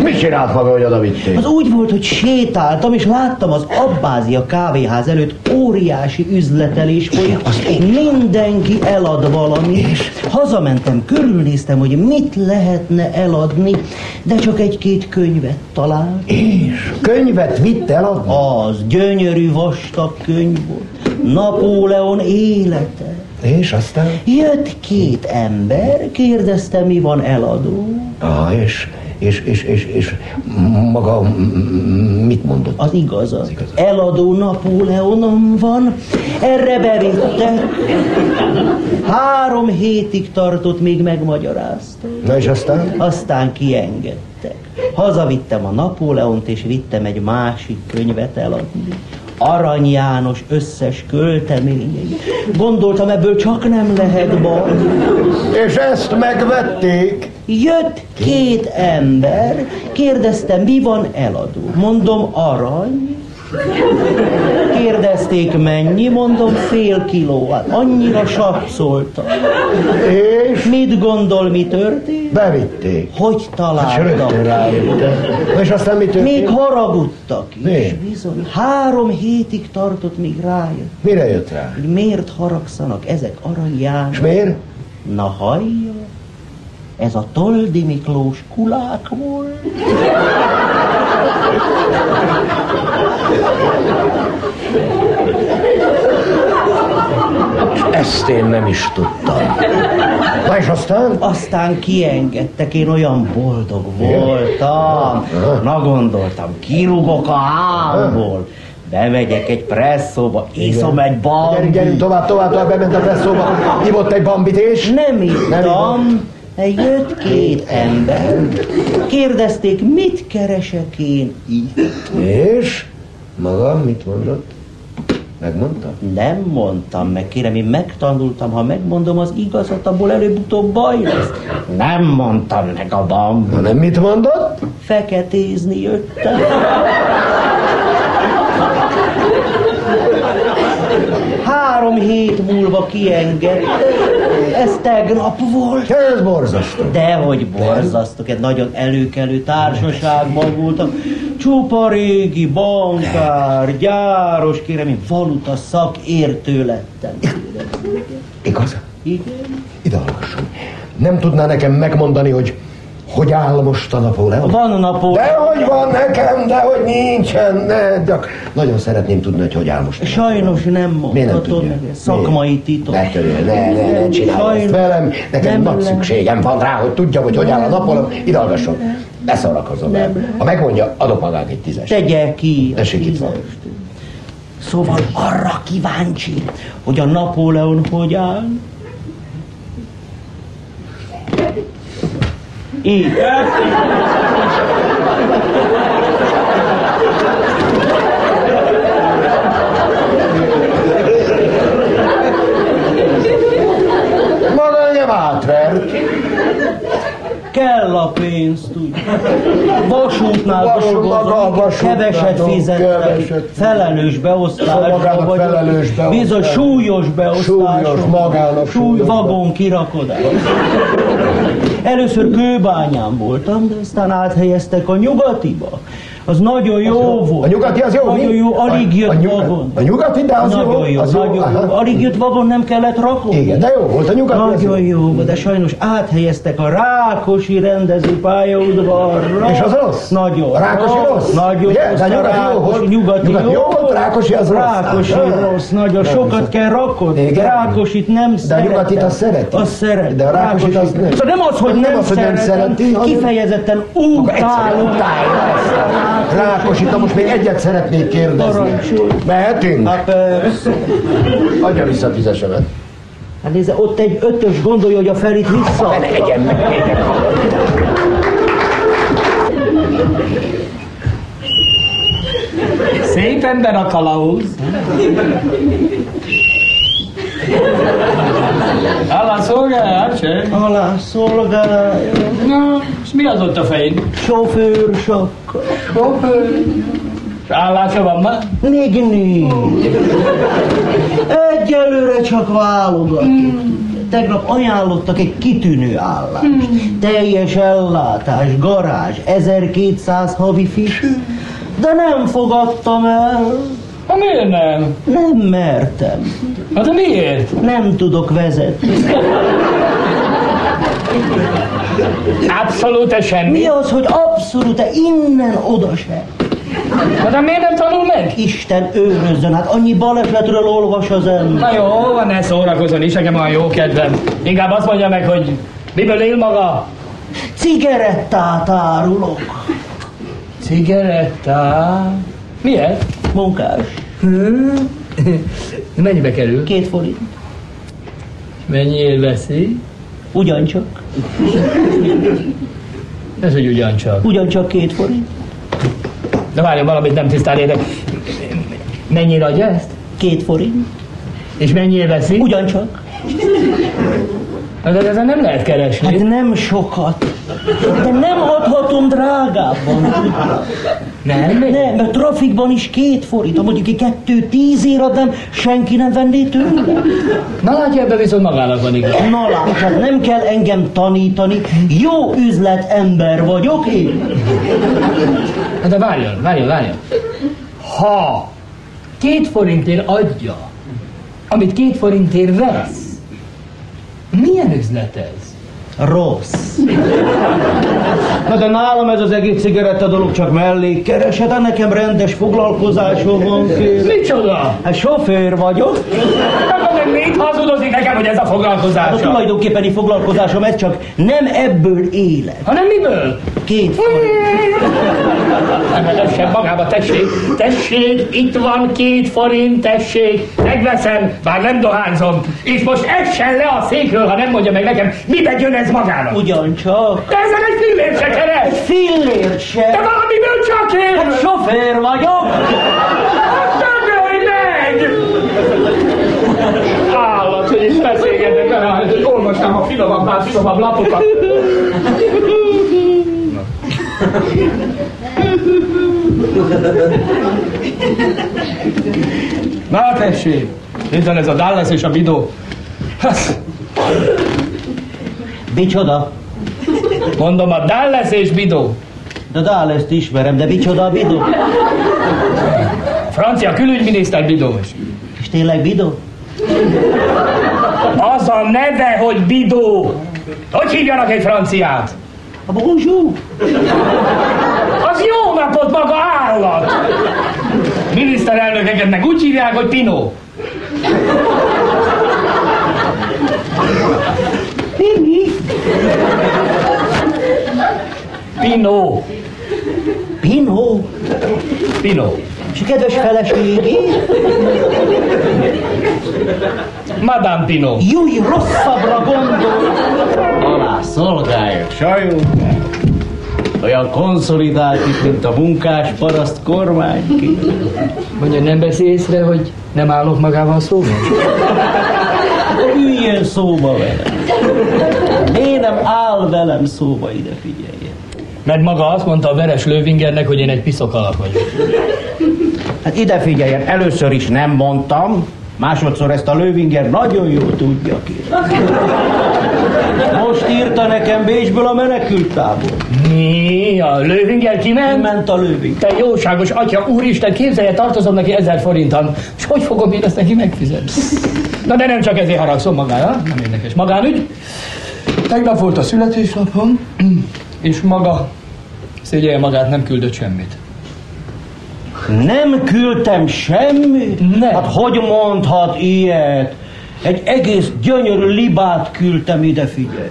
S8: Mit csinált maga, hogy oda vitték?
S9: Az úgy volt, hogy sétáltam, és láttam az Abbázia kávéház előtt óriási üzletelés folyik. Mindenki elad valamit. Hazamentem, körülnéztem, hogy mit lehetne eladni, de csak egy-két könyvet találtam.
S8: És könyvet vitt el a...
S9: Az gyönyörű vastag könyv volt. Napóleon élete.
S8: És aztán?
S9: Jött két ember, kérdezte, mi van eladó.
S8: Aha, és, és, és, és, és maga m- mit mondott?
S9: Az igaz, az igaz. Eladó Napóleonom van, erre bevitte. Három hétig tartott, még megmagyarázta.
S8: Na és aztán?
S9: Aztán kiengedtek. Hazavittem a Napóleont, és vittem egy másik könyvet eladni. Arany János összes költeményei. Gondoltam, ebből csak nem lehet baj.
S8: És ezt megvették?
S9: Jött két ember, kérdezte, mi van eladó. Mondom, arany. Kérdezték, mennyi? Mondom, fél kiló. Hát annyira sapszolta. És? Mit gondol, mi történt? Bevitték. Hogy
S8: Hát
S9: találtak?
S8: rögtön rájöttek. Na és aztán mi történt?
S9: Még haragudtak is.
S8: Mi?
S9: Bizony, három hétig tartott, míg rájött.
S8: Mire jött rá?
S9: Hogy miért haragszanak ezek Arany János?
S8: És miért?
S9: Na hallja, ez a Toldi Miklós kulák volt.
S8: Ezt én nem is tudtam.
S9: Na és aztán? Aztán kiengedtek, én olyan boldog voltam. Na gondoltam, kirúgok a álból. Bemegyek egy presszóba, iszom egy bambit. Gyerünk, gyerünk,
S8: tovább, tovább, tovább, bement a presszóba, ivott egy bambit és?
S9: Nem ittam, de jött két ember. Kérdezték, mit keresek én itt.
S8: És? Magam mit mondott? Megmondta?
S9: Nem mondtam meg, kérem, én megtanultam, ha megmondom az igazat, abból előbb-utóbb baj lesz. Nem mondtam meg a bambit.
S8: Nem mit mondott?
S9: Feketézni jöttem. Három hét múlva kiengedt. Ez tegnap volt.
S8: Ez borzasztó.
S9: Dehogy borzasztok, egy nagyon előkelő társaságban voltam. Csupa régi bankár, gyáros, kérem, én valuta szakértő lettem.
S8: Igaz?
S9: Igen.
S8: Ide hallgasson. Nem tudná nekem megmondani, hogy hogy áll most a Napóleon?
S9: Van Napóleon.
S8: Dehogy van nekem, dehogy nincsen. Ne, csak nagyon szeretném tudni, hogy hogy áll most.
S9: Sajnos nem mondhatod meg, ez szakmai titok.
S8: Ne törő, ne, ne, ne csinálj
S9: Sajnos
S8: ezt velem. Nekem
S9: nem
S8: nagy
S9: lehet.
S8: szükségem van rá, hogy tudjam, hogy hogy áll a Napóleon. Ide hallgasson. Ne szórakozom el. Ha megmondja, adok magának egy tízes.
S9: Tegye ki.
S8: Tessék, itt van.
S9: Szóval arra kíváncsi, hogy a Napóleon hogy áll. Így.
S8: Maga engem átvert.
S9: Kell a pénz, tudja. Vasútnál dolgozom, keveset fizettek, felelős beosztásban
S8: Szóval Magának
S9: vagyok,
S8: felelős beosztás.
S9: bizony súlyos beosztásban,
S8: Súlyos, magának
S9: súly, vagon kirakodás. Először kőbányán voltam, de aztán áthelyeztek a nyugatiba. Az nagyon jó volt.
S8: A nyugati az jó,
S9: Nagyon
S8: mi?
S9: jó, alig
S8: A-
S9: jött
S8: a nyugat-
S9: vagon.
S8: a nyugati, de az jó,
S9: nagyon jó,
S8: az jó,
S9: nagyon jó.
S8: aha.
S9: Alig jött vagon, nem kellett rakni.
S8: Igen, de jó volt, a nyugati az
S9: Nagyon jó volt, de sajnos áthelyeztek a Rákosi rendező pályaudvarra.
S8: És az rossz?
S9: Nagyon
S8: A Rákosi rossz?
S9: Nagyon
S8: Ugye?
S9: rossz.
S8: De a
S9: a
S8: nyugati jó volt?
S9: nyugati,
S8: Nyugati jó volt, Rákosi az rossz.
S9: Rákosi
S8: Ah,
S9: rossz, nagyon.
S8: Nem
S9: Sokat
S8: hiszem.
S9: kell rakod.
S8: Igen.
S9: Rákosit nem
S8: De a
S9: szeretem.
S8: nyugatit azt szereti.
S9: Azt szereti.
S8: De a rákosit azt nem.
S9: Szóval nem az, hogy nem,
S8: az, hogy nem szereti, hanem-
S9: kifejezetten utálom.
S8: Rákosi, na most még egyet szeretnék kérdezni. Mehetünk?
S9: Hát persze.
S8: Adja vissza a tízesemet.
S9: Hát nézze, ott egy ötös gondolja, hogy a felit vissza. Ne
S8: egyen meg.
S10: Szép ember a kalauz. Alá szolgál, Arcsé?
S9: Alá szolgál.
S10: Na, és mi az ott a fején?
S9: Sofőr sakka.
S10: Sofőr. Állása van ma?
S9: Még nincs. Egyelőre csak válogat. Tegnap ajánlottak egy kitűnő állást. Teljes ellátás, garázs, 1200 havi fix. De nem fogadtam el.
S10: Ha miért nem?
S9: Nem mertem.
S10: Hát de miért?
S9: Nem tudok vezetni.
S10: Abszolút semmi.
S9: Mi az, hogy abszolút -e innen oda se?
S10: Hát de miért nem tanul meg?
S9: Isten őrözzön, hát annyi balesetről olvas az ember.
S10: Na jó, van ne szórakozon is, nekem a jó kedvem. Inkább azt mondja meg, hogy miből él maga?
S9: Cigarettát árulok.
S10: Cigarettát? Miért?
S9: Munkás.
S10: Mennyibe kerül?
S9: Két forint.
S10: Mennyiért veszi?
S9: Ugyancsak.
S10: Ez, hogy ugyancsak.
S9: Ugyancsak két forint.
S10: De várjon, valamit nem tisztán értek. Mennyire adja ezt?
S9: Két forint.
S10: És mennyire veszi?
S9: Ugyancsak.
S10: Na, de Hát ezen nem lehet keresni.
S9: Hát nem sokat. De nem adhatom drágábban.
S10: Nem?
S9: Nem, mert trafikban is két forint. Ha mondjuk egy kettő tízért adnám, senki nem venné tőle.
S10: Na látja, ebben viszont magának van igaz.
S9: Na látod, nem kell engem tanítani. Jó üzletember vagyok én.
S10: Na, Hát de várjon, várjon, várjon. Ha két forintért adja, amit két forintért vesz, milyen üzlet ez?
S11: Rossz.
S12: Na de nálam ez az egész cigaretta dolog csak mellé keresed, hát nekem rendes foglalkozásom van, kérem.
S10: Micsoda?
S12: Hát sofőr vagyok.
S10: Meg mit hazudozik nekem, hogy ez a
S12: Hát a
S10: foglalkozása?
S12: tulajdonképpeni foglalkozásom ez csak nem ebből élek.
S10: Hanem miből?
S9: Két
S10: Emelessem magába, tessék, tessék, itt van két forint, tessék, megveszem, bár nem dohányzom, és most essen le a székről, ha nem mondja meg nekem, mibe jön ez magának.
S9: Ugyancsak.
S10: De ezen egy fillért se keres!
S9: Fillért se.
S10: De valamiből csak ér!
S9: Hát sofőr vagyok.
S10: Hát dögölj meg! Állat, hogy is beszélgetnek vele, olvasnám a finomabbnál finomabb lapokat. Na tessék, itt van ez a Dallas és a Bidó. Hát,
S11: Micsoda?
S10: Mondom, a Dallas és Bidó.
S11: De Dáleszt ismerem, de micsoda a bidó?
S10: Francia külügyminiszter Bidós.
S11: És tényleg bidó?
S10: Az a neve, hogy Bidó. Hogy hívjanak egy franciát?
S11: A bonjour.
S10: Az jó napot maga állat! Miniszterelnökeket meg úgy hívják, hogy Pino. Pino.
S11: Pino.
S10: Pino.
S11: És a kedves feleségé?
S10: Madame Pino.
S11: Júj, rosszabbra gondol. Alá szolgálja, sajó. Olyan konszolidált itt, mint a munkás paraszt kormány.
S10: Mondja, nem veszi észre, hogy nem állok magával szóval? szóban?
S11: Üljön szóba velem. Én nem áll velem szóba ide, figyeljen.
S10: Mert maga azt mondta a Veres Lővingernek, hogy én egy piszok alak vagyok.
S11: Hát ide figyeljen, először is nem mondtam, másodszor ezt a Lővinger nagyon jól tudja ki. Most írta nekem Bécsből a menekülttábor.
S10: Mi? A Lővinger kiment?
S11: Ment a Lővinger.
S10: Te jóságos atya, úristen, képzelje, tartozom neki ezer forintan. És hogy fogom én ezt neki megfizetni? Na de nem csak ezért haragszom magára, nem érdekes. Magánügy. Tegnap volt a születésnapom, és maga szégyelje magát, nem küldött semmit.
S11: Nem küldtem semmit?
S10: Nem.
S11: Hát hogy mondhat ilyet? Egy egész gyönyörű libát küldtem ide, figyelj.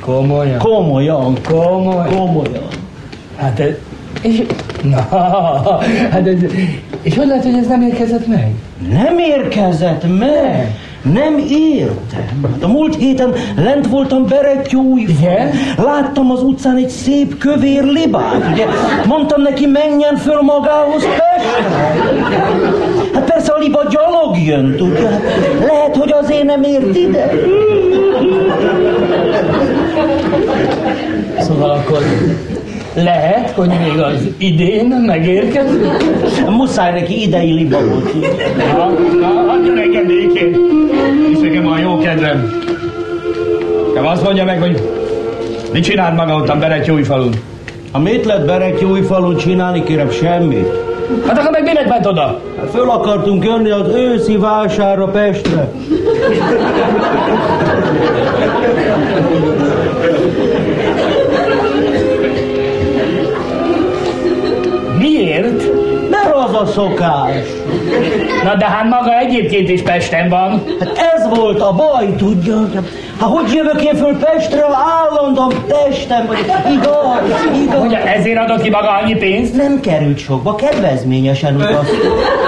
S10: Komolyan.
S11: Komolyan,
S10: Komoly.
S11: komolyan.
S10: Hát ez... És... Na, hát ez... És hogy lehet, hogy ez nem érkezett meg?
S11: Nem érkezett meg. Nem értem. Hát a múlt héten lent voltam Beretyújfon.
S10: Igen?
S11: Láttam az utcán egy szép kövér libát, ugye? Mondtam neki, menjen föl magához Pestre. Hát persze a liba gyalog jön, tudja? Hát Lehet, hogy azért nem ért ide.
S10: Szóval akkor lehet, hogy még az idén megérkezik?
S11: Muszáj neki idei liba volt. tudja.
S10: Na, na, adjon engem nékén. És nekem a jó kedvem. Nekem azt mondja meg, hogy mit csinált maga ott a Beretyújfalun?
S11: Ha mit lett Beretyújfalon csinálni, kérem, semmit.
S10: Hát akkor meg minek ment oda?
S11: Hát Föl akartunk jönni az őszi vására Pestre.
S10: Miért?
S11: Mert az a szokás.
S10: Na de hát maga egyébként is Pesten van.
S11: Hát ez volt a baj, tudja. Hát hogy jövök én föl Pestről, állandóan testem, vagy igaz, igaz.
S10: Ugye ezért adott ki maga annyi pénzt?
S11: Nem került sokba, kedvezményesen igaz.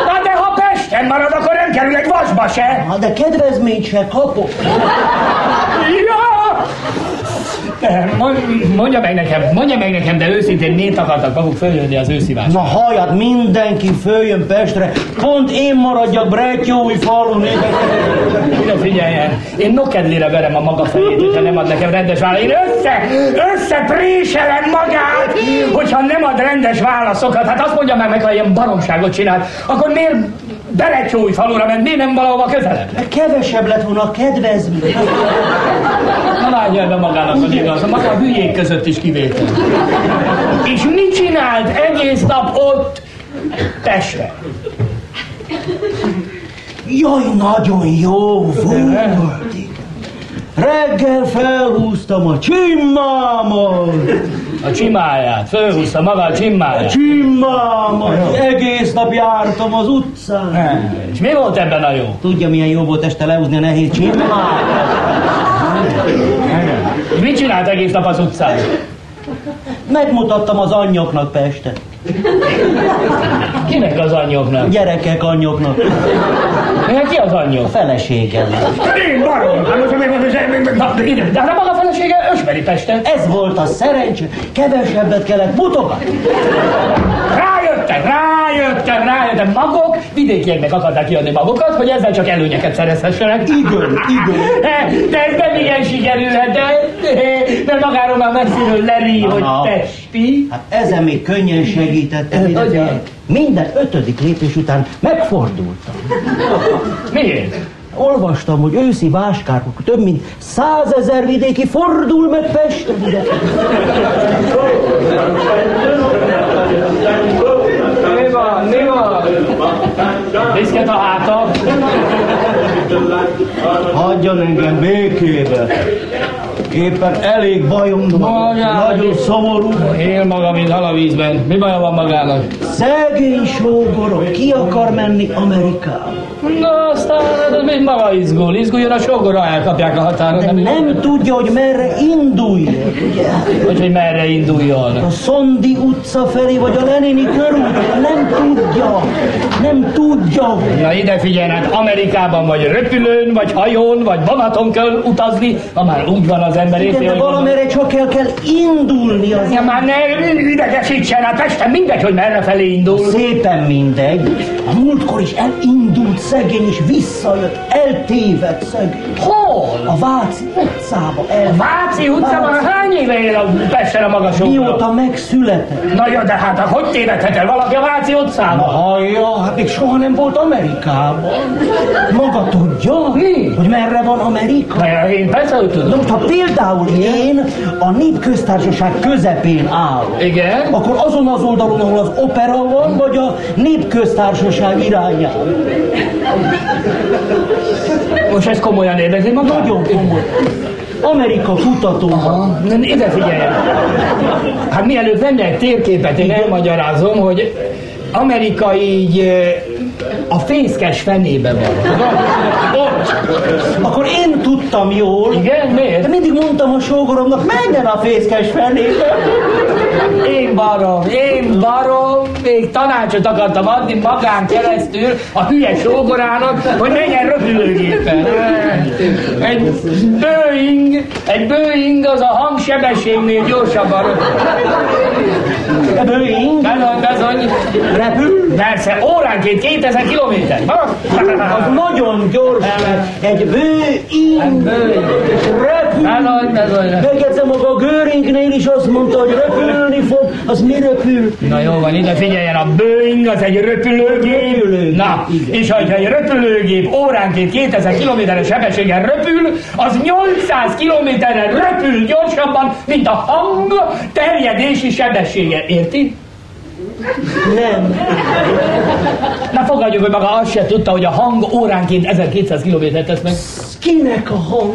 S10: Na de ha Pesten marad, akkor nem kerül egy vasba se.
S11: Hát de kedvezményt se kapok.
S10: Ja! Mond- Mondja meg nekem, mondja meg nekem, de őszintén miért akartak maguk följönni az őszívás?
S9: Na halljad, mindenki följön Pestre, pont én maradjak Bretyói falun.
S10: Ide figyelj el, én nokedlire verem a maga fejét, hogyha nem ad nekem rendes választ. Én össze, összepréselem magát, hogyha nem ad rendes válaszokat. Hát azt mondja meg, meg ha ilyen baromságot csinál, akkor miért Beretyói falura ment, miért nem valahova közelebb?
S9: Mert kevesebb lett volna a kedvezmény.
S10: Találja be magának az igaz, maga a hülyék között is kivétel. És mit csinált egész nap ott Pestre?
S9: Jaj, nagyon jó volt. Reggel felhúztam a csimmámat.
S10: A csimáját, fölhúzta maga a
S9: A
S10: csimáját.
S9: csimmámat. Egész nap jártam az utcán.
S10: És mi volt ebben a jó?
S9: Tudja, milyen jó volt este leúzni a nehéz csimmámat?
S10: És mit csinált egész nap az utcán?
S9: Megmutattam az anyjoknak Pestet.
S10: Kinek az anyjoknak?
S9: Gyerekek anyjoknak.
S10: Ki az anyjok? A
S9: feleségem.
S10: Én barom! Hát most még- még- még- Na, ide, De hát maga a felesége ösveri Pesten.
S9: Ez volt a szerencsé. Kevesebbet kellett mutogatni.
S10: Rájöttek, rájöttek, rájöttek. Magok vidékieknek akarták kiadni magukat, hogy ezzel csak előnyeket szerezhessenek.
S9: Igen,
S10: igen. De ez nem igen sikerülhet, de, de magáról már messziről leri, hogy
S9: Na.
S10: testi.
S9: Hát ezen még könnyen segítettem. illetve Minden ötödik lépés után megfordultam.
S10: Miért?
S9: Olvastam, hogy őszi váskárok több mint százezer vidéki fordul meg Pestre.
S13: Mi van, mi van?
S10: Diszket a háta.
S9: Hagyjon engem békébe. Éppen elég bajom van. Nagyon szomorú.
S10: Él maga, mint hal a vízben. Mi baja van magának?
S9: Szegény sógorom ki akar menni Amerikába.
S10: Na, aztán hát, még maga izgul. Izguljon a sógora, elkapják a határon.
S9: De nem tudja, hogy merre induljon, ugye?
S10: Hogy, hogy merre induljon.
S9: A Szondi utca felé, vagy a Lenini körút? Nem tudja. Nem tudja.
S10: Na ide figyelj, hát Amerikában vagy röpülőn, vagy hajón, vagy vonaton kell utazni, ha már úgy van az ember
S9: Igen, de
S10: hogy-
S9: valamire csak el kell indulni az.
S10: Ja, már ne idegesítsen, hát Pesten mindegy, hogy merre felé indul.
S9: Szépen mindegy. A múltkor is elindult szegény, és visszajött, eltévedt szegény.
S10: Hol?
S9: A Váci utcába el.
S10: Váci utcában hány éve él a Pesten a magas úton?
S9: Mióta megszületett?
S10: Na jó, de hát hogy tévedhet el valaki a Váci
S9: Na
S10: utcában?
S9: hallja, hát még soha nem volt Amerikában. Maga tudja,
S10: Mi?
S9: hogy merre van Amerika?
S10: Na, én persze, hogy
S9: Na
S10: tudom.
S9: most, ha például én a népköztársaság közepén állok,
S10: Igen?
S9: akkor azon az oldalon, ahol az opera van, vagy a népköztársaság irányába.
S10: Most ez komolyan érdekli magát?
S9: Nagyon komoly. Amerika kutatóban.
S10: Aha, nem, ide figyelj! Hát mielőtt lenne egy térképet, én elmagyarázom, hogy Amerika így eh, a fészkes fenébe van. Ott.
S9: Akkor én tudtam jól,
S10: Igen,
S9: de
S10: miért?
S9: mindig mondtam a sógoromnak, menjen a fészkes fenébe.
S10: Én barom, én barom, még tanácsot akartam adni magán keresztül a hülye sógorának, hogy menjen repülőgépen. Egy Boeing, egy Boeing az a hangsebességnél gyorsabban röpül.
S9: Ebből én
S10: Bizony, bizony.
S9: repül.
S10: Persze, óránként 2000 kilométer. Ha?
S9: Az nagyon gyors, lett. egy bő in, repül.
S10: Bizony, bizony.
S9: Megjegyzem, maga a Göringnél is azt mondta, hogy repülni fog, az mi repül?
S10: Na jó van, ide figyeljen, a Boeing az egy repülőgép.
S9: Repülőgép,
S10: Na,
S9: igen.
S10: és ha egy repülőgép óránként 2000 kilométeres sebességgel repül, az 800 kilométerrel repül gyorsabban, mint a hang terjedési sebessége. Érti?
S9: Nem.
S10: Na fogadjuk, hogy maga azt se tudta, hogy a hang óránként 1200 kilométert tesz meg.
S9: Kinek a hang?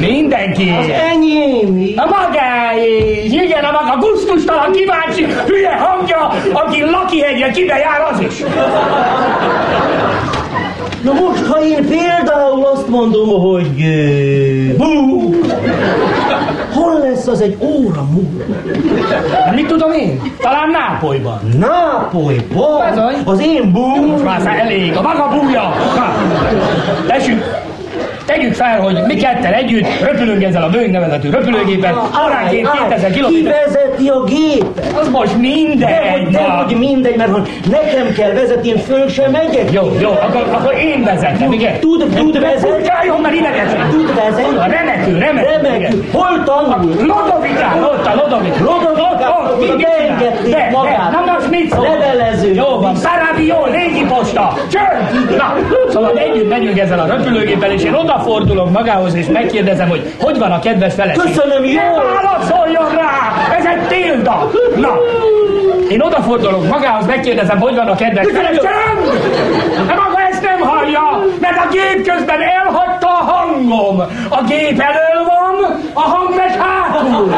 S10: Mindenki.
S9: Az enyémi.
S10: A magáé! Igen, a maga gusztustalan, kíváncsi, hülye hangja, aki Lakihegyre kibe jár az is.
S9: Na most, ha én például azt mondom, hogy... ö, Bú! Hol lesz az egy óra múlva?
S10: Hát mit tudom én? Talán Nápolyban.
S9: Nápolyban?
S10: Bizony.
S9: Az én bú!
S10: Most már szá- elég, a maga búja! Ha. Tessék, Tegyük fel, hogy mi ketten együtt röpülünk ezzel a bőnk nevezetű röpülőgéppel, óránként 2000
S9: Ki
S10: kilométer.
S9: vezeti a gépet?
S10: Az most mindegy,
S9: Dehogy, dehogy mindegy, mert hogy nekem kell vezetni, én föl sem megyek.
S10: Jó, jó, akkor, akkor én vezetem, igen?
S9: Tud, tud vezetni.
S10: Furcsáljon már idegesek!
S9: Tud vezetni.
S10: Remekül, remekül, igen.
S9: Remekül. Hol tanul?
S10: Lodovitán, ott a Lodovitán.
S9: Lodovitán,
S10: Ott, ott,
S9: oda
S10: mit csinál?
S9: beengedték
S10: De, de,
S9: magát.
S10: Na most mit szól?
S9: Levelező.
S10: Jó van, Szarábió, légiposta, csönd! Na, szóval együtt megyünk ezzel a röpülőgéppel, és én odafordulok magához, és megkérdezem, hogy hogy van a kedves feleség.
S9: Köszönöm, jó.
S10: Ne válaszoljon rá! Ez egy tilda! Na, én odafordulok magához, megkérdezem, hogy van a kedves feleség. Csönd! De maga ezt nem hallja, mert a gép közben elhagyta a hangom. A gép elől van, a hang meg hátul.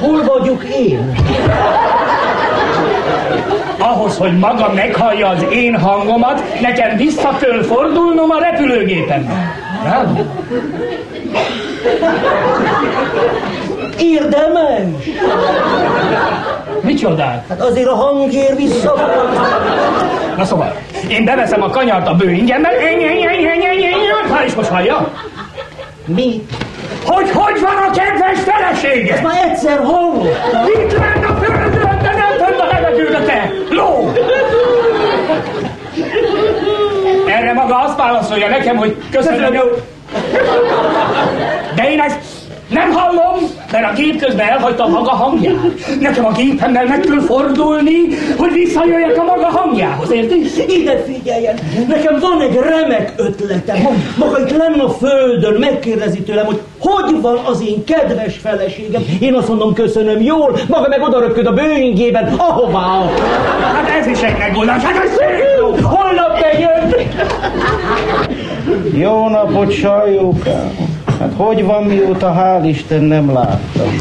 S9: Hol vagyok én?
S10: Ahhoz, hogy maga meghallja az én hangomat, nekem vissza kell fordulnom a repülőgépen. Nem?
S9: Érdemes.
S10: Micsodák?
S9: Hát azért a hangér vissza
S10: Na szóval, én beveszem a kanyart a bőingemben, ennyi, ennyi, ennyi, ennyi, ennyi, ennyi, már Hát is most hallja.
S9: Mi?
S10: Hogy hogy van a kedves felesége?
S9: Már egyszer hallott.
S10: Itt lent a földön, de nem föld a levegőbe te! Ló! Erre maga azt válaszolja nekem, hogy köszönöm, jó. De én ezt nem hallom, mert a gép közben elhagyta a maga hangját. Nekem a gépemmel meg kell fordulni, hogy visszajöjjek a maga hangjához, érti?
S9: Ide figyeljen! Nekem van egy remek ötletem. Ma- Maga itt lenn a földön, megkérdezi tőlem, hogy hogy van az én kedves feleségem. Én azt mondom, köszönöm, jól. Maga meg odaröpköd a bőingében, ahová. akar.
S10: Hát ez is egy megoldás, hát ez szép jó! Holnap bejön!
S11: Jó napot, sajókám! Hát hogy van, mióta hál' Isten nem láttam?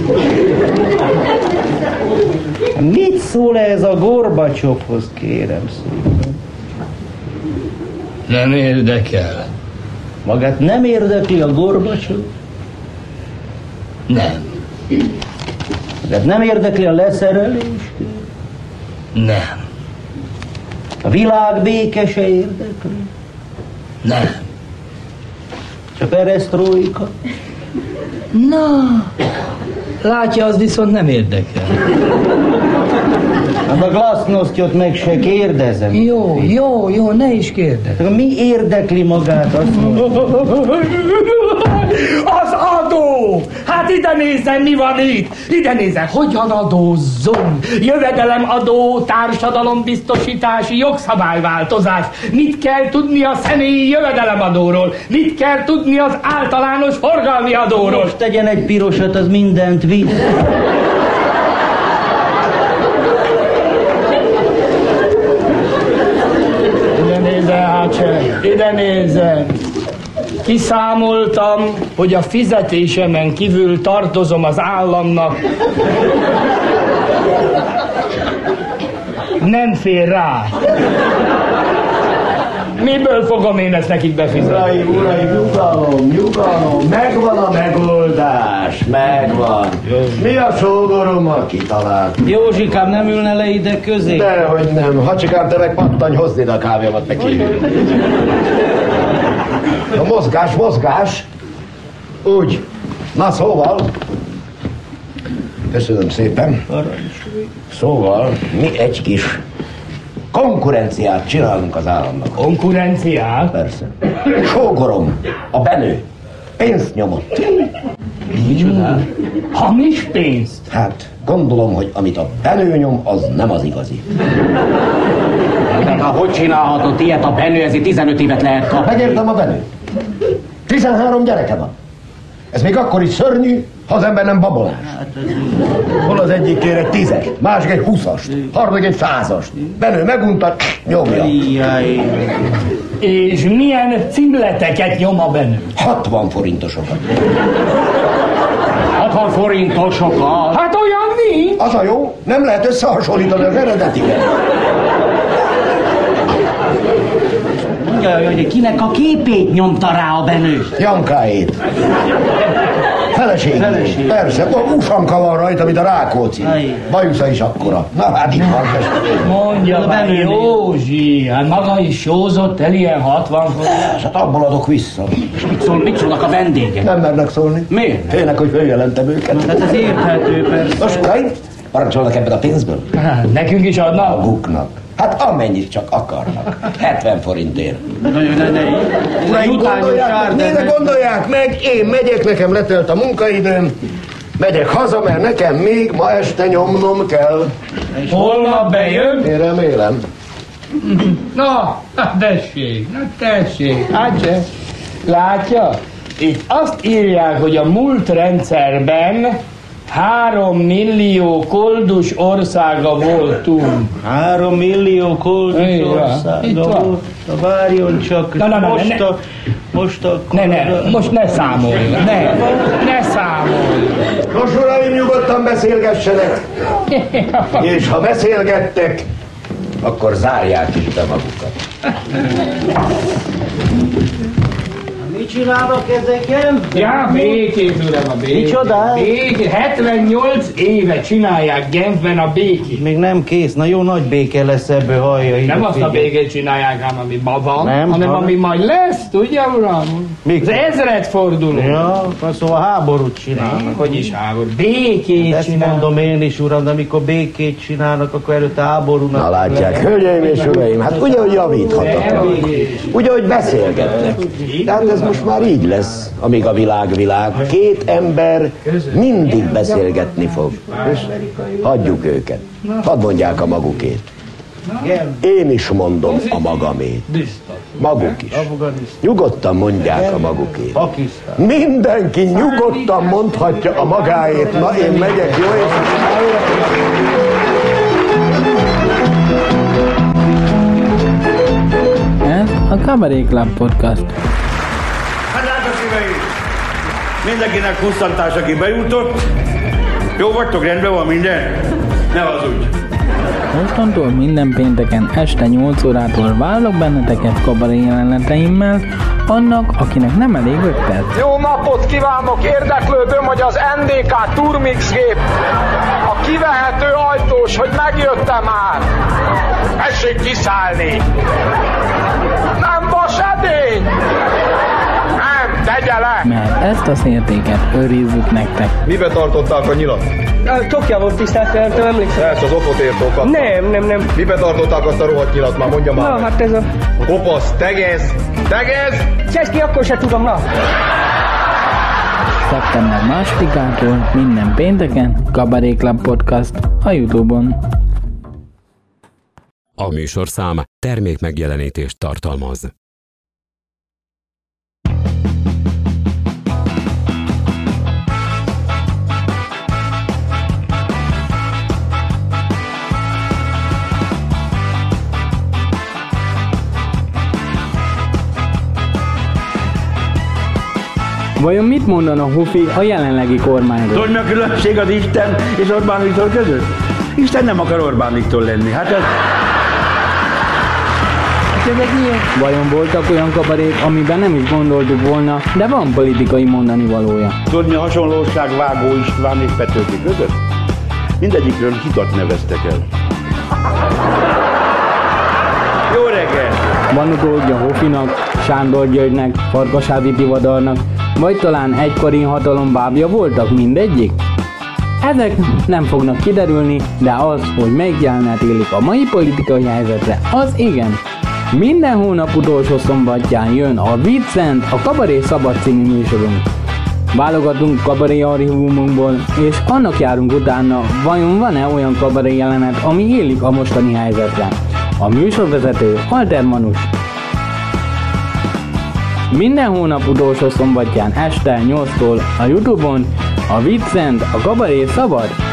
S11: Mit szól ez a Gorbacsovhoz, kérem szépen?
S14: Nem érdekel.
S11: Magát nem érdekli a Gorbacsov?
S14: Nem.
S11: De nem érdekli a leszerelés?
S14: Nem.
S11: A világ békese érdekli?
S14: Nem.
S11: És a perestroika?
S14: Na, látja, az viszont nem érdekel.
S11: Hát a glasnosztjot meg se kérdezem. Jó,
S14: jó, jó, ne is kérdez.
S11: Mi érdekli magát azt
S10: Az adó! Hát ide nézzen, mi van itt! Ide nézzen, hogyan adózzon! Jövedelemadó, társadalombiztosítási jogszabályváltozás. Mit kell tudni a személyi jövedelemadóról? Mit kell tudni az általános forgalmi adóról?
S11: Most tegyen egy pirosat, az mindent visz.
S10: Ide nézzen, Ácse, ide nézzen. Kiszámoltam, hogy a fizetésemen kívül tartozom az államnak. Nem fér rá. Miből fogom én ezt nekik befizetni?
S8: Uraim, uraim, nyugalom, nyugalom, megvan a megoldás, megvan. Mi a sógorom, aki talált?
S11: Józsikám, nem ülne le ide közé?
S8: Dehogy nem, ha csak te meg pattanj, hozd ide a kávémat neki. A mozgás, mozgás. Úgy. Na szóval. Köszönöm szépen. Szóval mi egy kis konkurenciát csinálunk az államnak.
S10: Konkurenciát?
S8: Persze. Sógorom, a Benő, pénzt nyomott.
S10: Micsoda? Hamis pénzt?
S8: Hát, gondolom, hogy amit a Benő nyom, az nem az igazi.
S12: Hát, ha hogy csinálhatott ilyet a Benő, ezért 15 évet lehet kapni.
S8: Megértem a Benő. 13 gyereke van. Ez még akkor is szörnyű, ha az ember nem babonás. Hol az egyik kér egy tízes, másik egy húszast, harmadik egy százast. Benő megunta, nyomja.
S10: És milyen címleteket nyom a benne?
S8: 60 forintosokat.
S12: 60 forintosokat.
S10: Hát olyan nincs.
S8: Az a jó, nem lehet összehasonlítani az eredetivel.
S12: Mondja, hogy kinek a képét nyomta rá a Benő.
S8: Jankáét. Feleség.
S11: Feleség.
S8: Persze, a usanka van rajta, mint a Rákóczi. Bajusza is akkora. Na hát itt van.
S10: Mondja már,
S8: Benőnél.
S10: Józsi, hát maga is sózott el ilyen 60
S8: És hát abból adok vissza.
S11: És mit, szól, mit szólnak a vendégek?
S8: Nem mernek szólni.
S11: Miért?
S8: Félnek, hogy följelentem őket. Na,
S11: hát ez érthető, persze.
S8: Most uraim, parancsolnak ebben a pénzből?
S10: Nekünk is adnak?
S8: Maguknak. Hát amennyit csak akarnak. 70 forintért.
S11: Nagyon ne, ne,
S8: Uraim, gondolják, mire gondolják meg, én megyek, nekem letelt a munkaidőm, megyek haza, mert nekem még ma este nyomnom kell.
S10: Holnap bejön?
S8: Én remélem.
S10: Na, na tessék, na tessék, hát se. Látja? Itt azt írják, hogy a múlt rendszerben három millió koldus országa voltunk.
S11: Három millió koldus
S10: Itt
S11: országa
S10: van.
S11: volt. Várjon csak,
S10: Na, na, na,
S11: most,
S10: ne-
S11: a, most a...
S10: Ne, ne, most ne számolj, ne, ne számolj.
S8: Nos, uraim, nyugodtan beszélgessenek. És ha beszélgettek, akkor zárják is be magukat.
S11: Mit csinálnak ezeken?
S10: Ja, békét, uram, a békét.
S11: Micsoda?
S10: Békét. 78 éve csinálják Genfben a békét.
S11: Még nem kész, na jó nagy béke lesz ebből, hallja. így
S10: Nem azt a
S11: figyelj.
S10: békét csinálják ám, ami ma van,
S11: Nem,
S10: hanem
S11: hanem-
S10: ami majd lesz, tudja, uram?
S11: Mikor?
S10: Az ezred forduló.
S11: Ja, na, szóval háborút csinálnak.
S10: Hogy is háború? Békét
S11: Ezt mondom én is, uram, de amikor békét csinálnak, akkor előtte háborúnak.
S8: Na látják, hölgyeim és uraim, hát ugye, hogy javíthatatlan. Ugye, hogy beszélgetnek. De hát ez most már így lesz, amíg a világ világ. Két ember mindig beszélgetni fog. És hagyjuk őket. Hadd mondják a magukét. Én is mondom a magamét. Maguk is. Nyugodtan mondják a magukét.
S11: Pakisztán.
S8: Mindenki nyugodtan mondhatja a magáét. Na, én megyek, jó éjszakát!
S1: Ez a Kabaré Club Podcast.
S2: Hát hát a szíveim! Mindenkinek kusztantás, aki bejutott. Jó vagytok, rendben van minden? Ne hazudj!
S1: Mostantól minden pénteken este 8 órától várlak benneteket kabaré jeleneteimmel, annak, akinek nem elég 5 perc.
S5: Jó napot kívánok, érdeklődöm, hogy az NDK Turmix gép a kivehető ajtós, hogy megjöttem már. Tessék kiszállni. Nem vasedény. Nem, tegye le.
S1: Mert ezt a szértéket őrizzük nektek.
S6: Mibe tartották a nyilat?
S15: Tokjávon tisztelt feltem, emlékszem.
S6: Persze, az okot értó kapta.
S15: Nem, nem, nem.
S6: Mibe tartották azt a rohadt nyilat már, mondja már.
S15: Na, hát ez a...
S6: Kopasz, tegez, tegez!
S15: Cseszki, akkor se tudom, na.
S1: Szeptember másodikától minden pénteken Kabaré Club Podcast a Youtube-on.
S4: A műsorszám termék megjelenítést tartalmaz.
S1: Vajon mit mondan a Hufi a jelenlegi kormányról?
S2: Tudod, mi a különbség az Isten és Orbán Viktor között? Isten nem akar Orbán Viktor lenni. Hát ez...
S1: Vajon voltak olyan kabarék, amiben nem is gondoltuk volna, de van politikai mondani valója?
S2: Tudod, mi a hasonlóság Vágó István és Petőfi között? Mindegyikről hidat neveztek el. Jó reggel!
S1: Van utódja Hofinak, Sándor Györgynek, Farkasádi Divadarnak, vagy talán egykori hatalom bábja voltak mindegyik? Ezek nem fognak kiderülni, de az, hogy melyik jelenlet élik a mai politikai helyzetre, az igen. Minden hónap utolsó szombatján jön a Viccent, a Kabaré Szabad című műsorunk. Válogatunk kabaré archívumunkból, és annak járunk utána, vajon van-e olyan kabaré jelenet, ami élik a mostani helyzetre. A műsorvezető Alter Manus. Minden hónap utolsó szombatján este 8-tól a Youtube-on a Viccent, a Kabaré Szabad